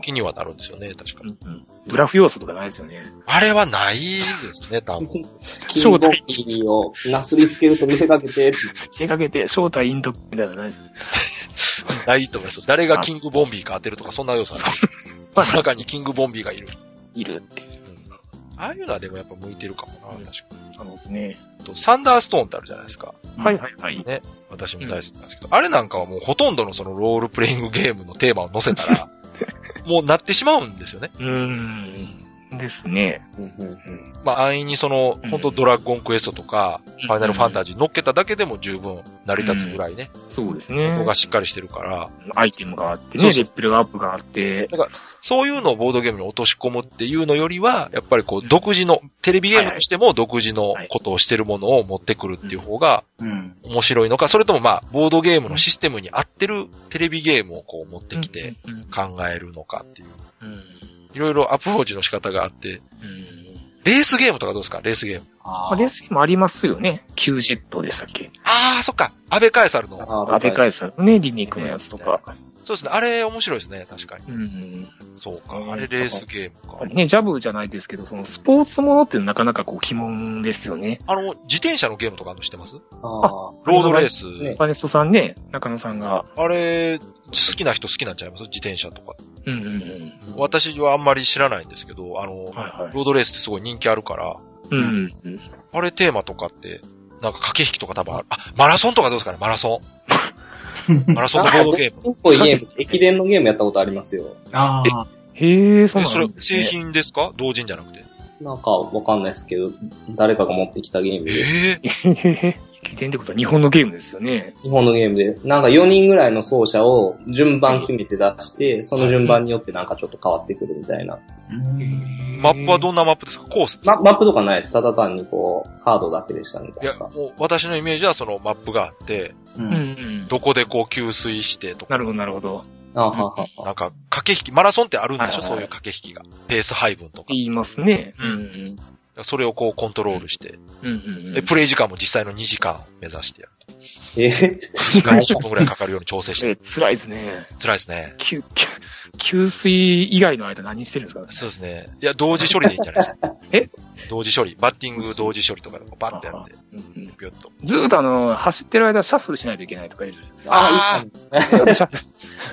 S2: ー
S1: 気にはなるんですよね、確かに。
S2: うんブラフ要素とかないですよね。
S1: あれはないですね、多 分。
S3: キングボッキーをなすりつけると見せかけて、
S2: せかけて、正体インドみたいなのないですよね。
S1: ないと思いますよ。誰がキングボンビーか当てるとか、そんな要素はない。
S2: まあ
S1: 中にキングボンビーがいる。
S2: いるっていう。
S1: うん。ああいうのはでもやっぱ向いてるかもな、
S2: うん
S1: 確かに。
S2: なるほどね。
S1: あと、サンダーストーンってあるじゃないですか。
S2: はいはいはい。
S1: ね。私も大好きなんですけど、あれなんかはもうほとんどのそのロールプレイングゲームのテーマを載せた ら、もうなってしまうんですよね。
S2: うーん。ですね。
S1: まあ安易にその
S2: う、ん
S1: 本当ドラゴンクエストとか、ファイナルファンタジー乗っけただけでも十分成り立つぐらいね、
S2: そうですね
S1: 音。がしっかりしてるから、
S2: アイテムがあって
S1: そう
S2: ね、
S1: そ
S2: レ
S1: う
S2: ッペルアップがあって、
S1: そういうのをボードゲームに落とし込むっていうのよりは、やっぱりこう独自の、テレビゲームとしても独自のことをしてるものを持ってくるっていう方が
S4: うん。
S1: 面白いのか、それともまあ、ボードゲームのシステムに合ってるテレビゲームをこう持ってきて
S2: うん。うん
S1: 考えるのかっていう。
S2: うん
S1: いろいろアプローチの仕方があって、
S2: うん
S1: レースゲームとかどうですかレースゲーム。
S4: あ
S2: まあ、レースゲームありますよね。キュージェットでしたっけ
S1: ああ、そっか。安倍カエサルの。
S2: ア
S3: あ
S2: ベカエサルね、リメイクのやつとか。
S1: そうですね。あれ面白いですね。確かに。
S2: うん。
S1: そうか。あれレースゲーム
S2: やっ
S1: か
S2: ぱ。りね、ジャブじゃないですけど、そのスポーツものってなかなかこう鬼門ですよね。
S1: あの、自転車のゲームとかあるの知ってます
S3: あ
S1: ロードレース。
S3: ね
S2: パネストさんね、中野さんが。
S1: あれ、好きな人好きなんちゃいます自転車とか。
S2: うんうんうん。
S1: 私はあんまり知らないんですけど、あの、
S2: はいはい。
S1: ロードレースってすごい人気あるから、
S2: うんうん。
S1: あれテーマとかって、なんか駆け引きとか多分ある。あ、マラソンとかどうですかねマラ ソン。マラソンのボードゲーム。
S3: ム。っぽいゲーム、駅伝のゲームやったことありますよ。
S4: あー。
S2: へえ、そう
S1: え、
S2: な
S1: それ
S2: ん、です
S1: 製
S2: ね。
S1: 品ですか同人じゃなくて。
S3: なんかわかんないですけど、誰かが持ってきたゲーム
S1: え
S3: で、
S1: え
S2: へへへ。起点ってことは日本のゲームですよね。
S3: 日本のゲームで、なんか4人ぐらいの奏者を順番決めて出して、その順番によってなんかちょっと変わってくるみたいな。
S4: うん
S1: マップはど
S2: うん
S1: なマップですかコースですか、
S3: まマップとかないです。ただ単にこう、カードだけでしたね、
S1: いや、
S3: 確か。
S1: もう私のイメージはそのマップがあって、
S4: う。
S2: うんうんん。
S1: どこでこう給水してとか、
S2: なるほど、なるほど。
S3: あははは
S1: なんか駆け引き、マラソンってあるんでしょ
S3: は
S1: そ
S3: いは
S1: う
S3: い
S1: い
S3: は
S1: う
S3: い
S1: 駆け引きが。ペース配分とか。
S2: 言いますね。
S1: うん
S2: うん
S1: それをこうコントロールして、
S2: うん。うんうんうん
S1: で、プレイ時間も実際の2時間を目指してやる。
S3: えー
S1: 時間20分くらいかかるように調整し
S2: そ
S1: て。
S2: れ辛いですね。
S1: 辛いですね。
S2: 給、給、給水以外の間何してるんですか
S1: そうですね。いや、同時処理でいいんじゃないですか。
S2: え
S1: 同時処理。バッティング同時処理とかでこうバッてやって、
S2: うんうん
S1: ぴょっと。
S2: ずーっとあの、走ってる間シャッフルしないといけないとかいう。
S1: あ
S2: シ ャッフ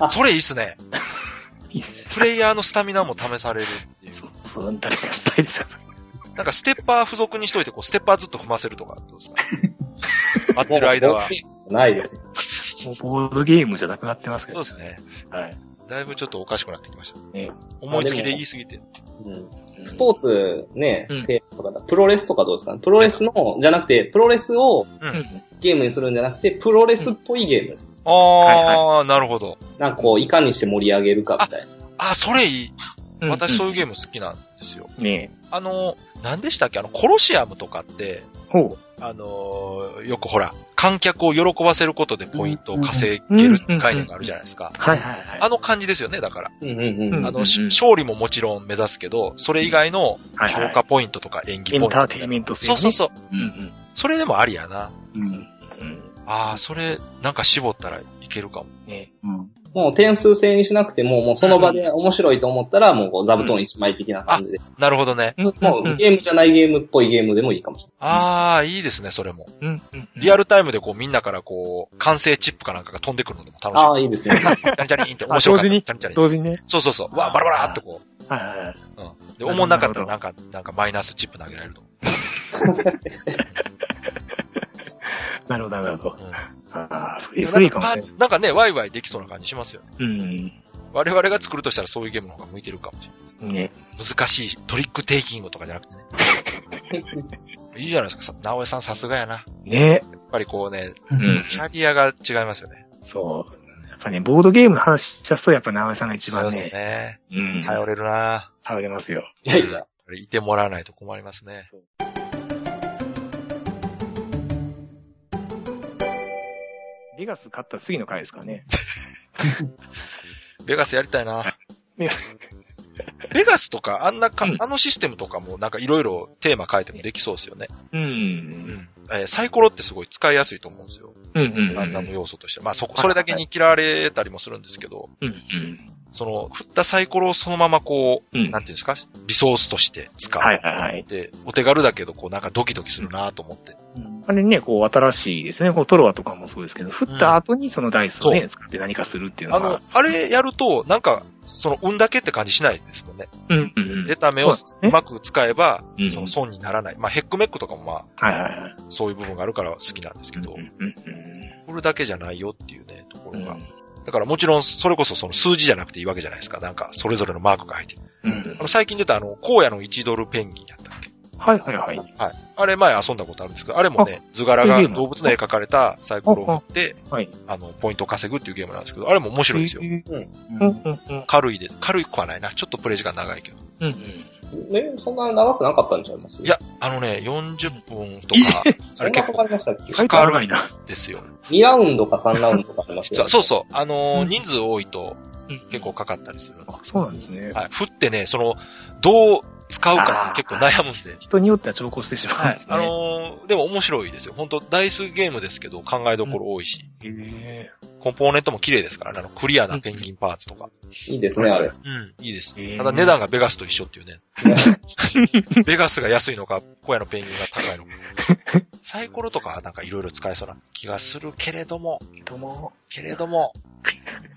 S2: ル
S1: それいいっすね。
S2: いいです
S1: プレイヤーのスタミナも試されるっていう。
S2: そうそう、誰かしたいですよ。
S1: なんかステッパー付属にしといて、こう、ステッパーずっと踏ませるとか、どうですか 合ってる間は。
S3: ないですね。
S2: もうボードゲームじゃなくなってますけ
S1: そう
S2: ど。
S1: ですね。
S2: はい。
S1: だいぶちょっとおかしくなってきました。
S2: ね
S1: 思いつきで言いすぎて。
S3: うんスポーツね
S2: うん、
S3: テーマとかだ、プロレスとかどうですかねプロレスの、じゃなくて、プロレスを
S1: う
S2: うん
S1: ん。
S3: ゲームにするんじゃなくて、プロレスっぽいゲームです。
S1: あー、
S2: は
S1: なるほど。
S3: なんかこう、いかにして盛り上げるかみたいな。
S1: あ、それいい。
S2: うん。
S1: 私そういう
S2: ゲ
S1: ゲーム好きなんですよ。
S2: ーム。ね
S1: あの、何でしたっけあの、コロシアムとかって、
S2: え。ほ
S1: あのーよくほら、観客を喜ばせることでポイントを稼げる概念があるじゃないですか。
S2: う。はいはいはい。
S1: あの感じですよね、だから。
S3: うんうんうん。
S1: あ
S2: うん
S1: の、し勝利ももちろん目指すけど、それ以外の
S2: はいはい
S1: 評価ポイントとか演技ポ
S2: エ
S1: イントと
S2: ン
S1: か。
S2: ターテインメント性、
S1: そ
S2: ね。
S1: うそうそう。
S4: うん
S2: うん
S1: それでもありやな。
S4: うん。
S2: うん。うん。
S1: ああ、それ、なんか絞ったらいけるかも。
S2: ね
S4: うん。
S3: もう点数制にしなくても、もうその場で面白いと思ったら、もうこう座布団一枚的な感じで。
S1: なるほどね。
S2: え。も
S3: もうゲームじゃないゲームっぽいゲームでもいいかもしれ
S1: ああ、いいですね、それも。
S2: うんうん。
S1: リアルタイムでこう、みんなからこう、完成チップかなんかが飛んでくるのでも楽
S3: ない。
S1: し
S3: ああ、いいですね。
S1: い。チャリチャリンって面白かった。
S2: あ同時に
S1: チャリンチャリン
S2: 同時にね。
S1: そうそうそう。わあ、バラバラーってこう。
S2: はいはいはい。
S1: うん。で、
S2: なるほど
S1: 思んなかったらなんか、なんかマイナスチップ投げられると。
S2: なるほど、なるほ
S1: う
S2: ど。
S1: ん。
S2: ああ、それ、それいいかもしれ
S1: な
S2: ない。
S1: んかね、ワイワイできそうな感じしますよね。
S2: うん。
S1: 我々が作るとしたらそういうゲームの方が向いてるかもしれないです。
S2: ね。
S1: 難しいトリックテイキングとかじゃなくてね。 いいじゃないですかさ。直江さんさすがやな。や
S2: ね。
S1: っぱりこうね、
S2: うん。
S1: キャリアが違いますよね。
S2: そう。やっぱね、ボードゲームの話し出すと、やっぱ直江さんが一
S1: そう
S2: 番
S1: です
S2: ね、
S1: ね。
S2: うん。
S1: 頼れるな
S2: 頼れますよ。
S3: いやいや。
S1: ぁいてもらわないと困りますね。
S2: ベガス勝った次の回ですからね。
S1: ベガスやりたいな
S2: ベガス。
S1: ベガラスとか、あんなか、
S2: うん
S1: あのシステムとかも、なんかいろいろテーマ変えてもできそうですよね。
S2: うん。
S1: えーサイコロってすごい使いやすいと思うんですよ。
S2: うん。うん。
S1: ランダム要素として。まあ、そこ、それだけに嫌われたりもするんですけど、
S2: うん。うん。
S1: その、振ったサイコロをそのままこう、
S2: うん
S1: なんていうんですか、リソースとして使う。
S2: はいはいはい。
S1: で、お手軽だけど、こう、なんかドキドキするなと思って。
S4: うん
S2: あれね、こう、新しいですね。こう、トロワとかもそうですけど、振った後にそのダイスを
S1: そ
S2: ね、使って何かするっていう
S1: あ
S2: の
S1: の
S2: は、、
S1: あれやると、なんか、その、運だけって感じしないですもんね。
S2: うん、うん、うん。
S1: 出た目を
S2: そうです
S1: う
S2: ね
S1: まく使えば、
S2: うん
S1: その損にならない。まあ、ヘックメックとかもま
S2: はいはいはい
S1: あ、。そういう部分があるから好きなんですけど、
S2: うん、うん、
S1: これだけじゃないよっていうね、とこ
S2: う
S1: ろが。
S2: ん。
S1: だからもちろん、それこそその数字じゃなくていいわけじゃないですか。なんか、それぞれのマークが入ってる。
S2: うん
S1: あの、最近出たあの、荒野の1ドルペンギンやったっけ
S2: はいはいはい。
S1: はい。あれ前遊んだことあるんですけど、あれもね、図柄が
S2: そういうゲーム
S1: 動物の絵描かれたサイコロを持って、
S2: はい。
S1: あの、ポイントを稼ぐっていうゲームなんですけど、あれも面白いですよ。
S2: うん、
S4: うん
S2: うん、うん。
S1: 軽いで、軽くはないな。ちょっとプレイ時間長いけど。
S2: うん、
S3: ね、そんな長くなかったんちゃいます
S1: い、や、あのね、40分とか
S3: そんなかかりましたっけ
S2: 意外と長いな。
S1: ですよ。
S3: ?2 ラウンドか3ラウンドかあります
S1: 実
S3: よ、
S1: は、そうそう。あのー
S2: うん
S1: 人数多いと結構
S2: か
S1: かかったりする。
S2: あ、そうなんですね。
S1: はい。振ってね、その、どう使うかって結構悩むんで。
S2: 人によっては調校してしまうん
S1: はい
S2: で。すね。
S1: あのーでも面白いですよ。本当ダイスゲームですけど、考えどころ多いし。
S2: へ
S1: コンポーネントも綺麗ですからね。あの、クリアなペンギンパーツとか。
S3: いいですね、あれ。
S1: うん、いいです。
S2: えー
S1: ただ値段がベガスと一緒っていう ね。ベガスが安いのか、小屋のペンギンが高いのか。 サイコロとかはなんかいろいろ使えそうな気がするけれども、
S2: え。どうも。
S1: けれども、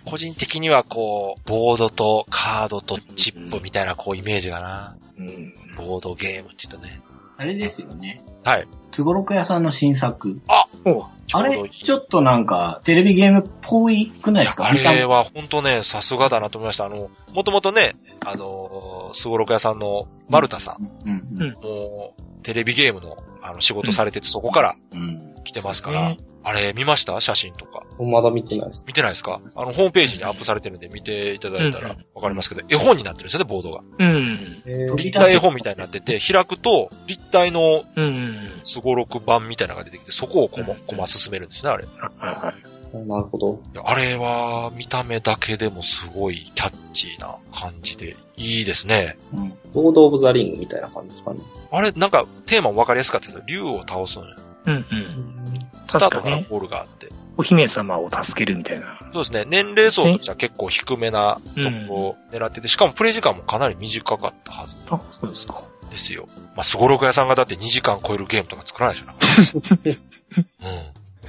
S1: 個人的にはこう、ボードとカードとチップみたいなこうイメージがな。
S2: うん。
S1: ボードゲームって言うとね。
S4: あれですよね。
S1: はい。
S4: つごろく屋さんの新作。
S2: お
S1: ちょう
S4: あ
S1: どいい
S4: れ、ちょっとなんか、テレビゲームっぽいくないですか
S1: あ
S4: 見た
S1: れは本当ね、さすがだなと思いました。あの、もともとね、あのー、すごろく屋さんの丸田さん、
S4: うん
S1: もう、テレビゲームの、あの、仕事されてて、そこから
S4: うん。うん。
S1: 来てますから、あれ見ました写真とか。
S3: まだ見てないです。
S1: 見てないですかあの、ホームページにアップされてるんで見ていただいた
S2: う
S1: ら
S2: ん
S1: わかりますけど、絵本になってるんですよね、ボードが。
S2: うん。
S3: えー
S4: 飛び
S1: 立体絵本みたいになってて、開くと、立体の
S2: うん。
S1: すごろく版みたいなのが出てきて、そこをコマ
S2: うん、
S1: コマ進めるんですね、あれ。い
S2: はいはい。
S3: なるほど。
S1: やあれは、見た目だけでもすごいキャッチーな感じで、いいですね。
S4: うん。
S3: ロード・オブ・ザ・リングみたいな感じですかね。
S1: あれ、なんか、テーマもわかりやすかったですよ。竜を倒すのよ。
S2: うんうん。
S1: スター
S2: 確
S1: ト
S2: か
S1: から
S2: ね、
S1: ボールがあって。
S2: お姫様を助けるみたいな。
S1: そうですね。年齢層としては結構低めなとこを狙ってて、しかもプレイ時間もかなり短かったはず
S2: あ、そうですか。
S1: ですよ。まあ、スゴロク屋さんがだって2時間超えるゲームとか作らないでしょ、なんか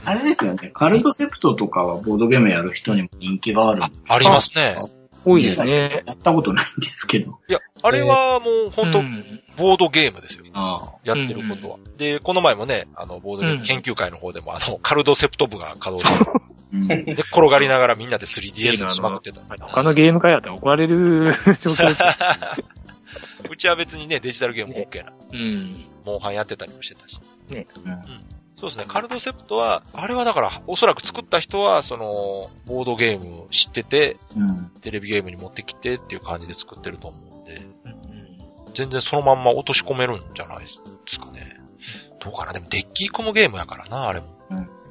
S4: あれですよね。カルトセプトとかはボードゲームやる人にも人気がある
S1: うん。あ。ありますね。
S2: 多いですね。
S4: やったことないんですけど。
S1: いや、あれはもう本当、
S2: うん
S1: ボードゲームですよ。
S4: あ
S1: やってることは。で、この前もね、あの、ボードゲーム研究会の方でも、あの、カルドセプト部が稼働して
S4: あ。うん。
S1: で、転がりながらみんなで 3DS にしまくってた。
S2: 他のゲーム会だったら怒られる状況です。
S1: うちは別にね、デジタルゲーム OK な。
S2: うん。
S1: モンハンやってたりもしてたし。
S4: うん
S1: そうですね。カルドセプトは、あれはだから、おそらく作った人は、その、ボードゲーム知ってて、
S4: うん。
S1: テレビゲームに持ってきてっていう感じで作ってると思うんで、全然そのまんま落とし込めるんじゃないですかね。どうかなでもデッキ込むゲームやからな、あれも。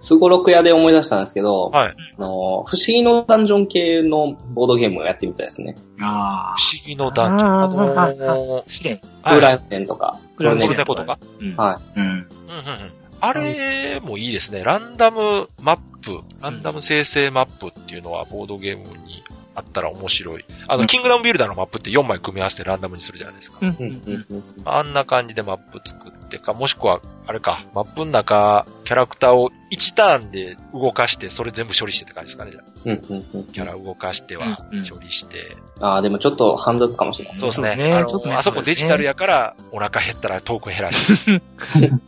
S3: スゴロク屋で思い出したんですけど、
S1: はい。
S3: あの、不思議のダンジョン系のボードゲームをやってみたいですね。
S4: ああ
S1: 不。思議のダンジョン。あ
S2: あー
S1: のー、
S2: 試練。
S3: クー
S1: はい。
S3: ラーメンとか、
S2: クーラ
S1: 黒
S2: ーメン
S3: これね
S1: 猫とか。
S2: うん
S3: はい
S4: うん。
S1: うんうんうん。あれもいいですね。ランダムマップ、ランダム生成マップっていうのはボードゲームにあったら面白い。あ
S4: う
S1: の、
S4: ん
S1: キングダムビルダーのマップって4枚組み合わせてランダムにするじゃないですか。
S2: うん
S3: う
S2: うんん
S3: う
S2: うん
S3: んうん
S1: あんな感じでマップ作ってか、もしくは、あれか、マップの中、キャラクターを1ターンで動かして、それ全部処理してって感じですかね、じゃあ
S3: うんうんうん
S1: キャラ動かしては
S2: うんうん
S1: 処理して。
S3: ああ、でもちょっと煩雑かもしれないです
S1: そう
S3: ね。
S1: です
S2: そうです
S1: ね。
S2: ね
S1: あ
S2: ちょっと
S1: の、
S2: ね
S1: あそ
S2: そ
S1: こ
S2: うで
S1: デ
S2: す
S1: ジ
S2: ね
S1: タルやから、お腹減ったらトークン減らして。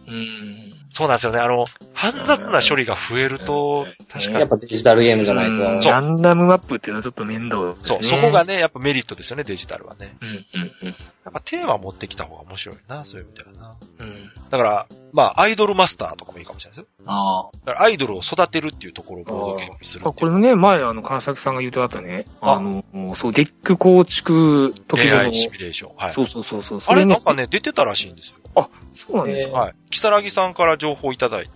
S2: うん。
S1: そうなんですよね。あの、煩雑な処理が増えると、確か
S3: やっ
S1: に。
S3: ぱデジタルゲームじゃない
S2: うん
S3: と。
S1: そう
S2: ランダムマップっていうのはちょっと面倒です
S1: そ
S2: ね。
S1: う、そこが。ね、やっぱメリットですよね、デジタルはね。
S2: うんうん
S1: やっぱテーマ持ってきた方が面白いな、そういう意味ではな。
S2: うん。うん。
S1: だから、まあ、アイドルマスターとかもいいかもしれないですよ。
S4: ああ。
S1: だから、アイドルを育てるっていうところをボードゲームにする
S2: あ
S1: って
S2: こ
S1: いう
S2: れ。もね、前、あの、川崎さんが言ってあったね、
S1: あ
S2: あの、そう、デック構築時の、
S1: AI シミュレーション。はい。
S2: そうそうそうそう、そ
S1: あれ
S2: ね
S1: なんかね、出てたらしいんですよ。
S2: そうなんですよ。
S1: はい。キサラギさんから情報いただ いて。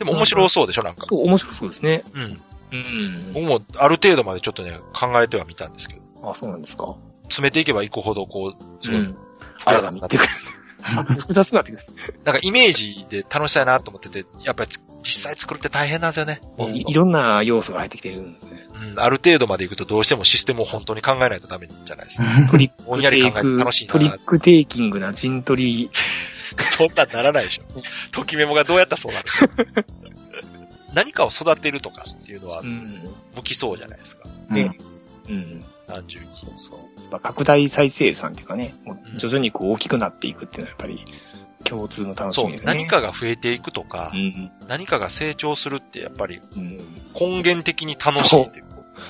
S1: でも面白そうでしょ、なんか。
S2: そう、面白そうですね。
S1: うん。
S2: うん。
S1: 僕もある程度までちょっとね、考えてはみたんですけど。
S2: あ、そうなんですか。
S1: 詰めていけばいくほど、こう、すごい、
S2: ん。あれが見てくる。 複雑になってくる。
S1: なんかイメージで楽しそうやなと思ってて、やっぱり実際作るって大変なんですよね。
S2: いいろんな要素が入ってきてるんですね。
S1: うん、ある程度まで行くとどうしてもシステムを本当に考えないとダメじゃないです か。
S2: トリッ
S1: ぼん
S2: ク
S1: や
S2: テ
S1: り考
S2: イ
S1: えて
S2: ク
S1: 楽しい、な
S2: トリックテイキングな陣取り。
S1: そんなんならないでしょ。ときメモがどうやったらそうなるの何かを育てるとかっていうのは
S2: うん。
S1: 向きそうじゃないですか。
S4: うん
S2: ねうん。
S1: 何十人。
S2: そうそう。やっぱ拡大再生産っていうかね、も
S1: うん
S2: う徐々にこう大きくなっていくっていうのはやっぱり共通の楽し
S1: そう、
S2: みですね。
S1: 何。かが増えていくとか
S2: う、ん。
S1: 何かが成長するってやっぱり
S2: うん。
S1: 根源的に楽しいっていう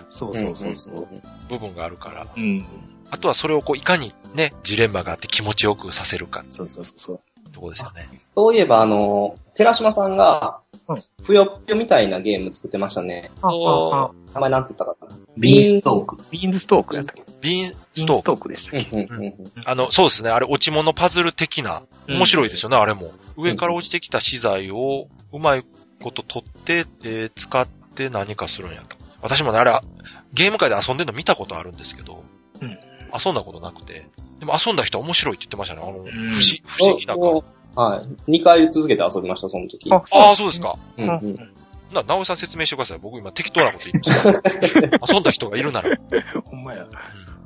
S2: そうそうそうそう。
S1: 部分があるから、
S2: うん。
S1: あとはそれをこういかにね、ジレンマがあって気持ちよくさせるかっ
S2: そうそうそうそう。
S1: てことですよね。
S3: そういえば、あの、寺島さんが
S2: うん、
S3: ぷよぷよみたいなゲーム作ってましたね。
S2: あ
S1: ああ
S2: あ、
S3: 名前なんて言ったかな。
S4: ビーントーク。
S2: ビーンズストークやったっけ
S1: ビーン
S2: ビ
S1: ス
S2: ーン
S1: トー
S2: ズ
S1: ク。
S2: トークでしたっけ、
S3: うんうんうん
S1: あの、そうですね。あれ落ち物パズル的な面白いです
S2: よ。
S1: よね、あれも。上から落ちてきた資材をうまいこと取って、えー使って何かするんやと。私もね、あれ、ゲーム界で遊んでるの見たことあるんですけど、
S2: うん
S1: 遊んだことなくて。でも遊んだ人は面白いって言ってましたね。あの、
S2: ん
S1: 不思不思議な感
S3: おおはい。2回続けて遊びました、その時。
S2: あ
S1: じ。ああ、そうです。か。
S3: う
S2: うんん
S3: う。
S2: うんん。
S1: な、直江さん説明してください。僕今適当なこと言ってます。 遊んだ人がいるなら。
S2: ほんまや。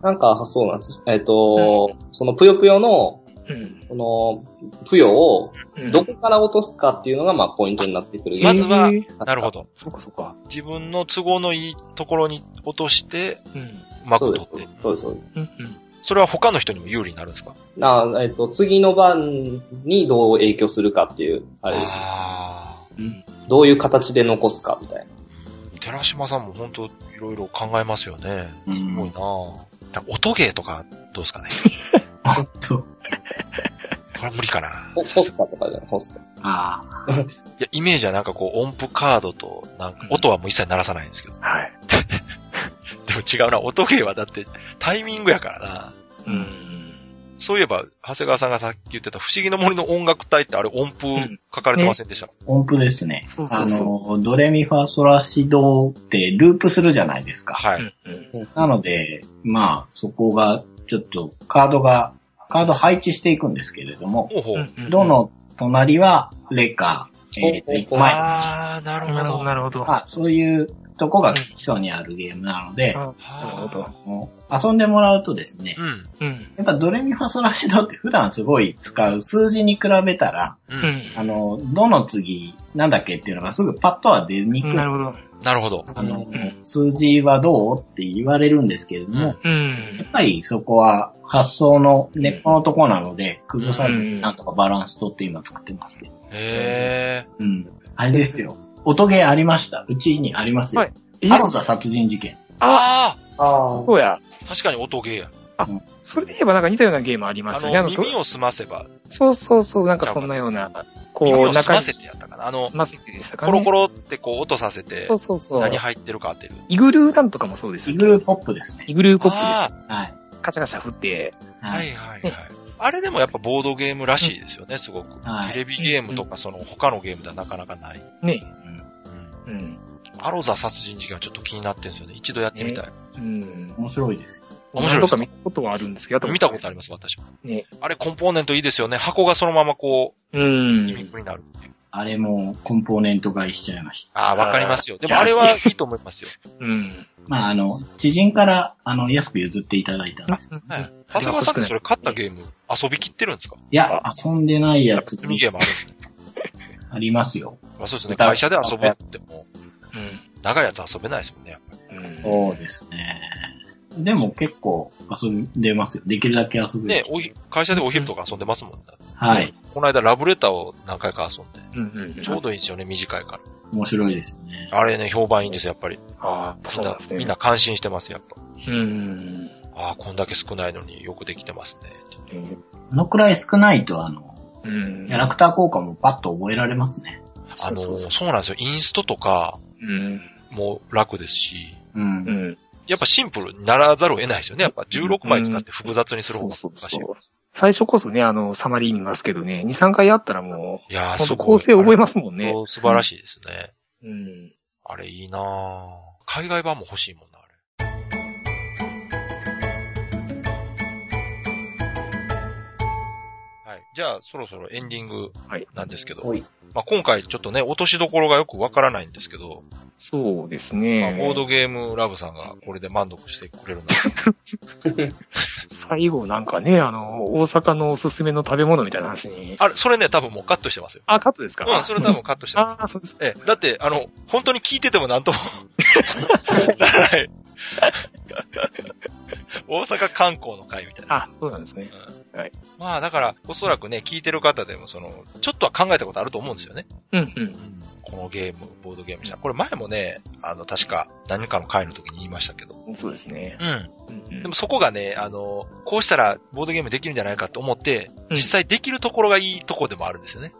S3: なんか、そうなんです。えっ、と、そのぷよぷよの、
S2: うん。
S3: その、ぷよを
S2: うん
S3: どこから落とすかっていうのが、まあ、ポイントになってくる。
S1: まずは
S2: えー
S1: なるほど。
S2: そうかそうか。
S1: 自分の都合のいいところに落として、
S2: うん。
S1: うま
S3: そ
S1: く
S3: うで
S1: 取
S3: す
S1: っ。
S3: そ
S1: て
S3: うです。そうですそうです。
S2: うんうん。
S1: それは他の人にも有利になるんですか
S3: あえっ、と、次の番にどう影響するかっていう、あれです。
S1: ああ。
S2: うん。
S3: どういう形で残すかみたいな。
S1: 寺島さんも本当いろいろ考えますよね。
S4: うん
S1: すごいなぁ。だから音ゲーとかどうですかね。
S4: あと、
S1: これは無理かな。
S3: ホ
S1: さ
S3: ス
S1: す
S3: タとかじゃない、ホスタ。
S4: あ
S1: いや、イメージはなんかこう音符カードと、なんか
S2: うん
S1: 音はもう一切鳴らさないんですけど。
S2: はい。
S1: でも違うな。音ゲーはだってタイミングやからな。
S2: うん。
S1: そういえば、長谷川さんがさっき言ってた不思議の森の音楽隊ってあれ音符
S2: うん
S1: 書かれてませんでした、
S4: 音符ですね。
S2: そう
S4: あ
S2: そうそう。
S4: の、ドレミファソラシドってループするじゃないですか。
S1: はい。
S2: うんうん
S4: なので、まあ、そこが、ちょっと、カードが、カード配置していくんですけれども、
S1: ほうほう。
S2: うん
S4: ど、の隣は、レカ、えーと、
S3: おお
S4: 前
S1: あー、なる
S2: なるほ
S1: ほ
S2: ど、
S1: ど。
S2: なるほど。
S4: まあ、そういうとこが基礎にあるゲームなので、
S2: あ
S1: は
S2: なるほど
S4: もう遊んでもらうとですね
S1: う、ん。
S2: うん。
S4: やっぱドレミファソラシドって普段すごい使う数字に比べたら、
S1: うん。
S2: う
S4: あの、どの次なんだっけっていうのがすぐパッとは出にく
S2: ん。
S4: い。
S2: なるほど。
S1: なるほど。
S4: あの
S2: うん、
S4: 数字はどうって言われるんですけれども、
S1: うん
S2: うん
S4: やっ。ぱりそこは発想の根っこのとこなので、崩さず
S2: う
S4: に
S2: ん
S4: なんとかバランスとって今作ってますね。
S1: へー。
S4: うん。あれですよ。音ゲーありました。うちにありますよ。
S2: はいえ
S4: ハロザ殺人事件。
S1: あ
S3: あ
S2: そうや。
S1: ー確かに音ゲーや。
S2: それで言えばなんか似たようなゲームありま
S1: あ
S2: したよね。
S1: の、
S2: あの、と
S1: 耳を澄ませば、
S2: そうそうそう、なんかそんなような、
S1: 耳
S2: こう、
S1: を澄
S2: 中
S1: ま
S2: に
S1: せてやったかな。あの
S2: 済、ませてでしたか
S1: コ
S2: ね。
S1: ロコロってこう音させて
S2: そ、うそうそう。
S1: 何入ってるか当てる。
S2: イグルーなんとかもそうです
S4: イ
S2: よ
S4: グルーポップですね。
S2: イグルーコップです。
S1: あ
S4: はい。
S2: カシャカシャ振って、
S1: あ、
S4: は
S1: はい
S4: い。
S1: はいはい。あれでもやっぱボードゲームらしいですよね、すごく。
S4: はい
S1: テレビゲームとかその他のゲームではなかなかない。
S2: ね。
S1: うん
S2: うん。
S1: アロザ殺人事件はちょっと気になってるんですよね。一度やってみたい。
S2: うん。
S4: 面白いですよ。
S1: 面白いです
S2: とか見たことはあるんですけど、
S1: 見たことあり
S2: ま
S1: ます、私も
S2: ね。
S1: あれコンポーネントいいですよね。箱がそのままこ
S2: す。うん
S1: う、ギミッ。クになるっていう。
S4: あれもコンポーネント買いしちゃいました。
S1: ああ、わかりますよ。でも
S4: あー
S1: あれはいいと思いますよ。
S2: うん。
S4: まあ、あの、知人から、あの、安く譲っていただいたんです。
S1: はい。長谷川さんってそれ買ったゲーム、遊びきってるんですか
S4: いや、遊んでない
S1: や
S4: や
S1: っぱ
S4: つ
S1: 積みゲームあるんですね。
S4: ありますよ。
S1: まあそうですね。会社で遊ぶっても、
S2: うん。
S1: 長いやつ遊べないですもんね、やっぱり。
S2: うん。
S4: そうですね。でも結構遊んでますよ。できるだけ遊ぶ。
S1: ね、おひ会社でお昼とか遊んでますもんね。
S4: はい。
S1: この間ラブレターを何回か遊んで。
S2: うん。
S1: ちょうどいいんですよね、短いか
S4: 面白いですよね。
S1: ら。あれね、評判いいんですよ、やっぱり。
S2: ああ、
S1: み
S2: そ
S1: ん
S2: うなん
S1: な
S2: です、ね。
S1: みんな。感心してます、やっぱ。
S2: うん。
S1: ああ、こんだけ少ないのによくできてますね。
S4: このくらい少ないと、あの、
S2: うん。
S4: キャラクター効果もパッと覚えられますね。
S1: あの、
S2: そ
S1: そうう
S2: そう
S1: なんですよ。インストとか
S2: うん。
S1: も楽ですし、
S4: う。
S2: うんん。
S1: やっぱシンプルにならざるを得ないですよね。やっぱ16枚使って複雑にする
S2: そ
S1: 方
S2: う
S1: が
S2: そう
S1: 難し
S2: そ
S1: い。
S2: う。最初こそね、あの、サマリー見ますけどね、2、3回やったらも
S1: いや
S2: う、
S1: ー、
S2: 今
S1: す
S2: 度
S1: ごい。
S2: 構成覚えますもんね。
S1: 本当素晴らしいですね。
S2: うん。
S1: あれいいなぁ海外版も欲しいもんな、あれ。じゃあ、そろそろエンディング
S2: はい
S1: なんですけど、
S4: はい。
S1: まあ、今回ちょっとね、落としどころがよくわからないんですけど、
S2: そうです
S1: まあ、
S2: ね。
S1: ボードゲームラブさんがこれで満足してくれるの
S2: 最後なんかね、あの、大阪のおすすめの食べ物みたいな話に。
S1: あれ、それね、多分もうカットしてますよ。
S2: あ、カットですか
S1: うん、それ多分カットしてます。
S2: ああ、そうです。
S1: ええ、だって、あの、本当に聞いててもなん ともなら ない。大阪観光の会みたいな。
S2: あ、そうなんですね。
S1: まあだから、おそらくね、聞いてる方でも、その、ちょっとは考えたことあると思うんですよね。
S2: うんうん。
S1: このゲーム、ボードゲームにした。これ前もね、あの、確か何かの会の時に言いましたけど。
S2: そうですね。
S1: うん。
S2: うんうん
S1: でもそこがね、あの、こうしたらボードゲームできるんじゃないかと思って、
S2: う
S1: 実
S2: ん
S1: 際できるところがいいとこでもあるんですよね。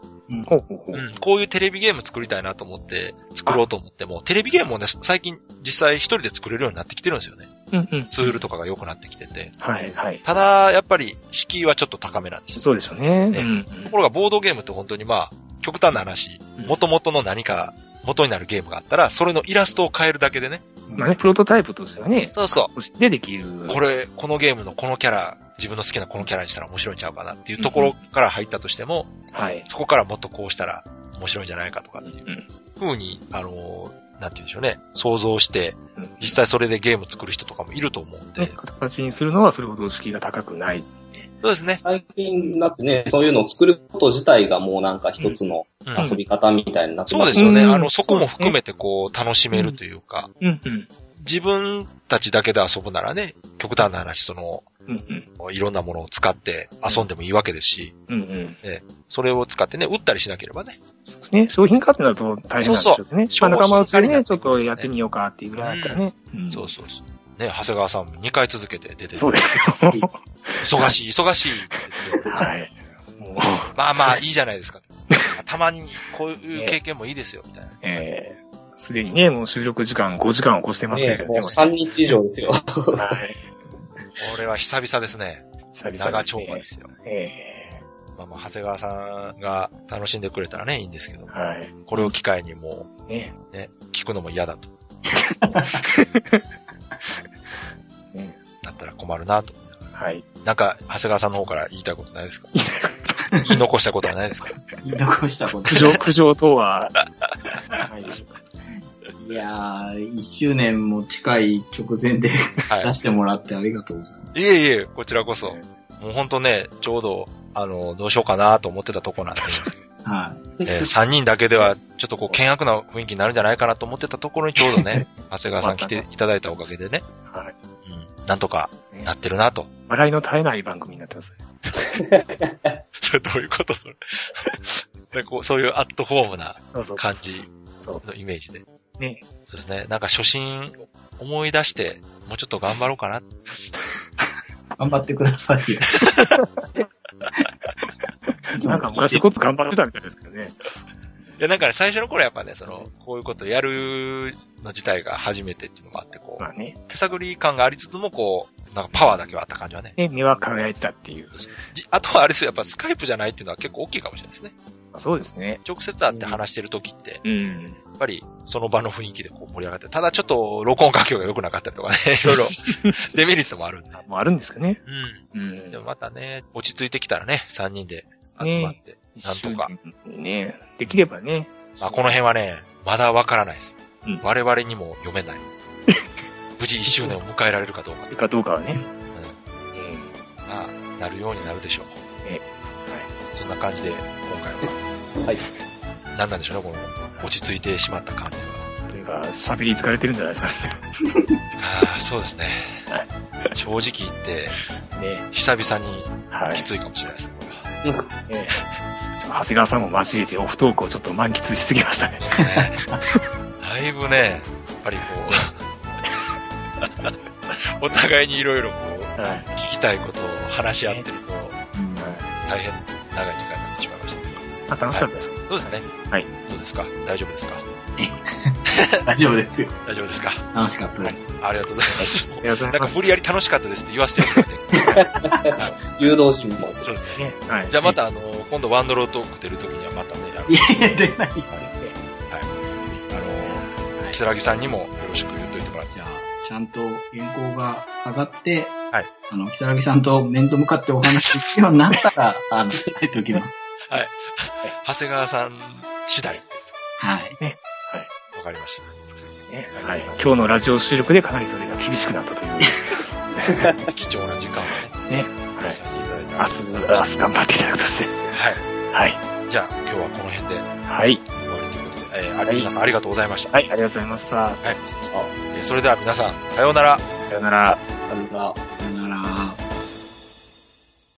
S2: ほうほうほう。
S1: うん、こういうテレビゲーム作りたいなと思って、作ろうと思っても、テレビゲームもね、最近実際一人で作れるようになってきてるんですよね。
S2: うんうん。
S1: ツールとかが良くなってきてて。
S2: はいはい。
S1: ただ、やっぱり、敷居はちょっと高めなんですよ。
S2: そうでしょうね。
S1: ね
S2: うん
S1: ところが、ボードゲームって本当にまあ、極端な話、
S2: うん
S1: 元々の何か、元になるゲームがあったら、それのイラストを変えるだけでね。
S2: まあね、プロトタイプとしてはね、
S1: そうそ
S2: でできる。
S1: う。これ、このゲームのこのキャラ、自分の好きなこのキャラにしたら面白いんちゃうかなっていうところから入ったとしても、
S2: はい。
S1: そこからもっとこうしたら面白いんじゃないかとかっていう
S2: うん
S1: 風に、あのー、なんて言うんでしょうね、想像して、
S2: うん
S1: 実際それでゲーム作る人とかもいると思うんで。
S2: ね形にするのはそれほど敷居が高くない。
S1: そうですね。
S3: 最近だってね、そういうのを作ること自体がもうなんか一つの
S1: うん
S3: 遊び方みたいになって
S1: そう
S3: ます
S1: ですよね。
S2: うん
S1: あの、そこも含めてこう、楽しめるというか、
S2: うんうん。
S1: 自分たちだけで遊ぶならね、極端な話、その、
S2: うん
S1: いろんなものを使って遊んでもいいわけですし、
S2: うん。うんうん。
S1: それを使ってね、打ったりしなければね。
S2: そうですね。商品化ってなると大変なんでしょうけどね。
S1: そうそう
S2: まあ仲間内で
S1: 商品化になって
S2: ね、ち
S1: くる
S2: ょっ
S1: からね
S2: とやってみようかっていうぐらいだったらね。ん
S1: そうそうそう。ね、長谷川さん2回続けて出て
S2: そう
S1: る。
S2: ですよ。
S1: 忙しい、忙 しいって言って。
S2: はい。もう、
S1: まあまあ、いいじゃないです か。たまにこういう経験もいいですよ、みたいな。
S2: えーすでにね、もう収録時間5時間を超してますけれ
S3: ね
S2: ど
S3: もう3日以上ですよ。
S2: はい。
S1: これは久々ですね。
S2: 久々ですね
S1: 長丁場ですよ。
S2: え
S1: まあまあ、長谷川さんが楽しんでくれたらね、いいんですけど
S2: ー、はい。
S1: これを機会にも
S2: ね。
S1: うね、聞くのも嫌だと
S2: ね
S1: なったら困るなと思いながら。
S2: はい。
S1: なんか、長谷川さんの方から言いたいことないですか言い残したことはないですか
S4: 言い残したこと
S2: 苦。情、苦情等は、ないでしょうか。
S4: いやー、一周年も近い直前で
S1: は
S4: 出してもらってありがとうございます。
S1: い。いえいえ、こちらこそ。もうほんとね、ちょうど、あの、どうしようかなと思ってたとこなんで、
S4: はい。
S1: え3人だけでは、ちょっとこう、険悪な雰囲気になるんじゃないかなと思ってたところにちょうどね、長谷川さん来ていただいたおかげでね、
S2: はい。
S1: うん、なんとかなってるなと。
S2: 笑いの絶えない番組になってます。
S1: そ れどういうことそれ。 でこうそういうアットホームな
S2: そうそうそう
S1: 感じ
S2: そ
S1: のイメージで。
S2: う。ね。
S1: そうですね。なんか初心思い出して、もうちょっと頑張ろうかな。
S4: 頑張ってくださいよ。
S2: なんか昔コツ頑張ってたみたいですけどね。
S1: いや、なんかね、最初の頃やっぱね、その、こういうことやるの自体が初めてっていうのもあって、こ
S2: まあね。
S1: う、手探り感がありつつも、こう、なんかパワーだけはあった感じはね。
S2: ね、目は輝いてたっていう。
S1: じあとはあれですよ、やっぱスカイプじゃないっていうのは結構大きいかもしれないですね。
S2: そうですね。
S1: 直接会って話してる時って、
S2: うん。
S1: やっぱりその場の雰囲気でこう盛り上がって、ただちょっと録音環境が良くなかったりとかね、い ろいろデメリットもあるんで。
S2: もうあるんですかね。
S1: う
S2: うん
S1: ん。でもまたね、落ち着いてきたらね、3人で集まって、なんとか。
S2: ね。できればね。
S1: まあ、この辺はね、まだわからないです。
S2: うん
S1: 我々にも読めない。無事1周年を迎えられるかどうかと。
S2: かどうかはね。
S1: まあ、なるようになるでしょう。
S2: え
S1: そんな感じで、今回は。
S3: はい。
S1: 何なんでしょうね、この、落ち着いてしまった感じは。
S2: というか、喋り疲れてるんじゃないですか
S1: ああ、そうですね。正直言って、
S2: ね。
S1: 久々に
S2: はい。
S1: き
S2: ね
S1: ついかもしれないです。これは
S2: ちょっと長谷川さんも交えてオフトークをちょっと満喫しすぎましたね。
S1: そうねだいぶね、やっぱりこう、お互いにいろいろこう、
S2: はい。
S1: 聞きたいことを話し合ってると、
S4: うん
S1: 大変長い時間になってしまいましたけど。
S2: あ、楽しかったです。
S1: どうですね
S2: はい。
S1: どうですか大丈夫ですか
S4: 大丈夫ですよ。
S1: 大丈夫ですか
S4: 楽しかったです。
S1: ありがとうございます。
S2: あり
S1: なん
S2: がとうござい
S1: か
S2: ます。
S1: 無理やり楽しかったですって言わせてやるって。
S3: 誘導心も。
S1: そうですね。
S2: ね。はい。
S1: じゃあまたあの、今度ワンドロートーク出るときにはまたね、あの、
S4: いや、出な
S1: あ
S4: い。
S1: の、木更木さんにもよろしく言っといてもらって。
S4: じゃあ、ちゃんと原稿が上がって、
S1: はい
S4: あの、木更木さんと面と向かってお話しするようになったら、あの、伝えておきます。
S1: 長谷川さん次第。
S4: はい。
S1: わかりました。
S2: ねはい。今日のラジオ収録でかなりそれが厳しくなっ たという。
S1: 貴重な時間をね、
S2: ね
S1: はさせていただいた
S2: 明日、明日頑張っていただくとして。
S1: は
S2: はい。
S1: い。じゃあ、今日はこの辺で終わ
S2: はい。
S1: りということで、えーあ
S2: はい
S1: 皆さんありがとうございました。
S2: はい、ありがとうございました。
S1: えーそれでは皆さん、さようなら。
S2: さよなら。
S3: あんな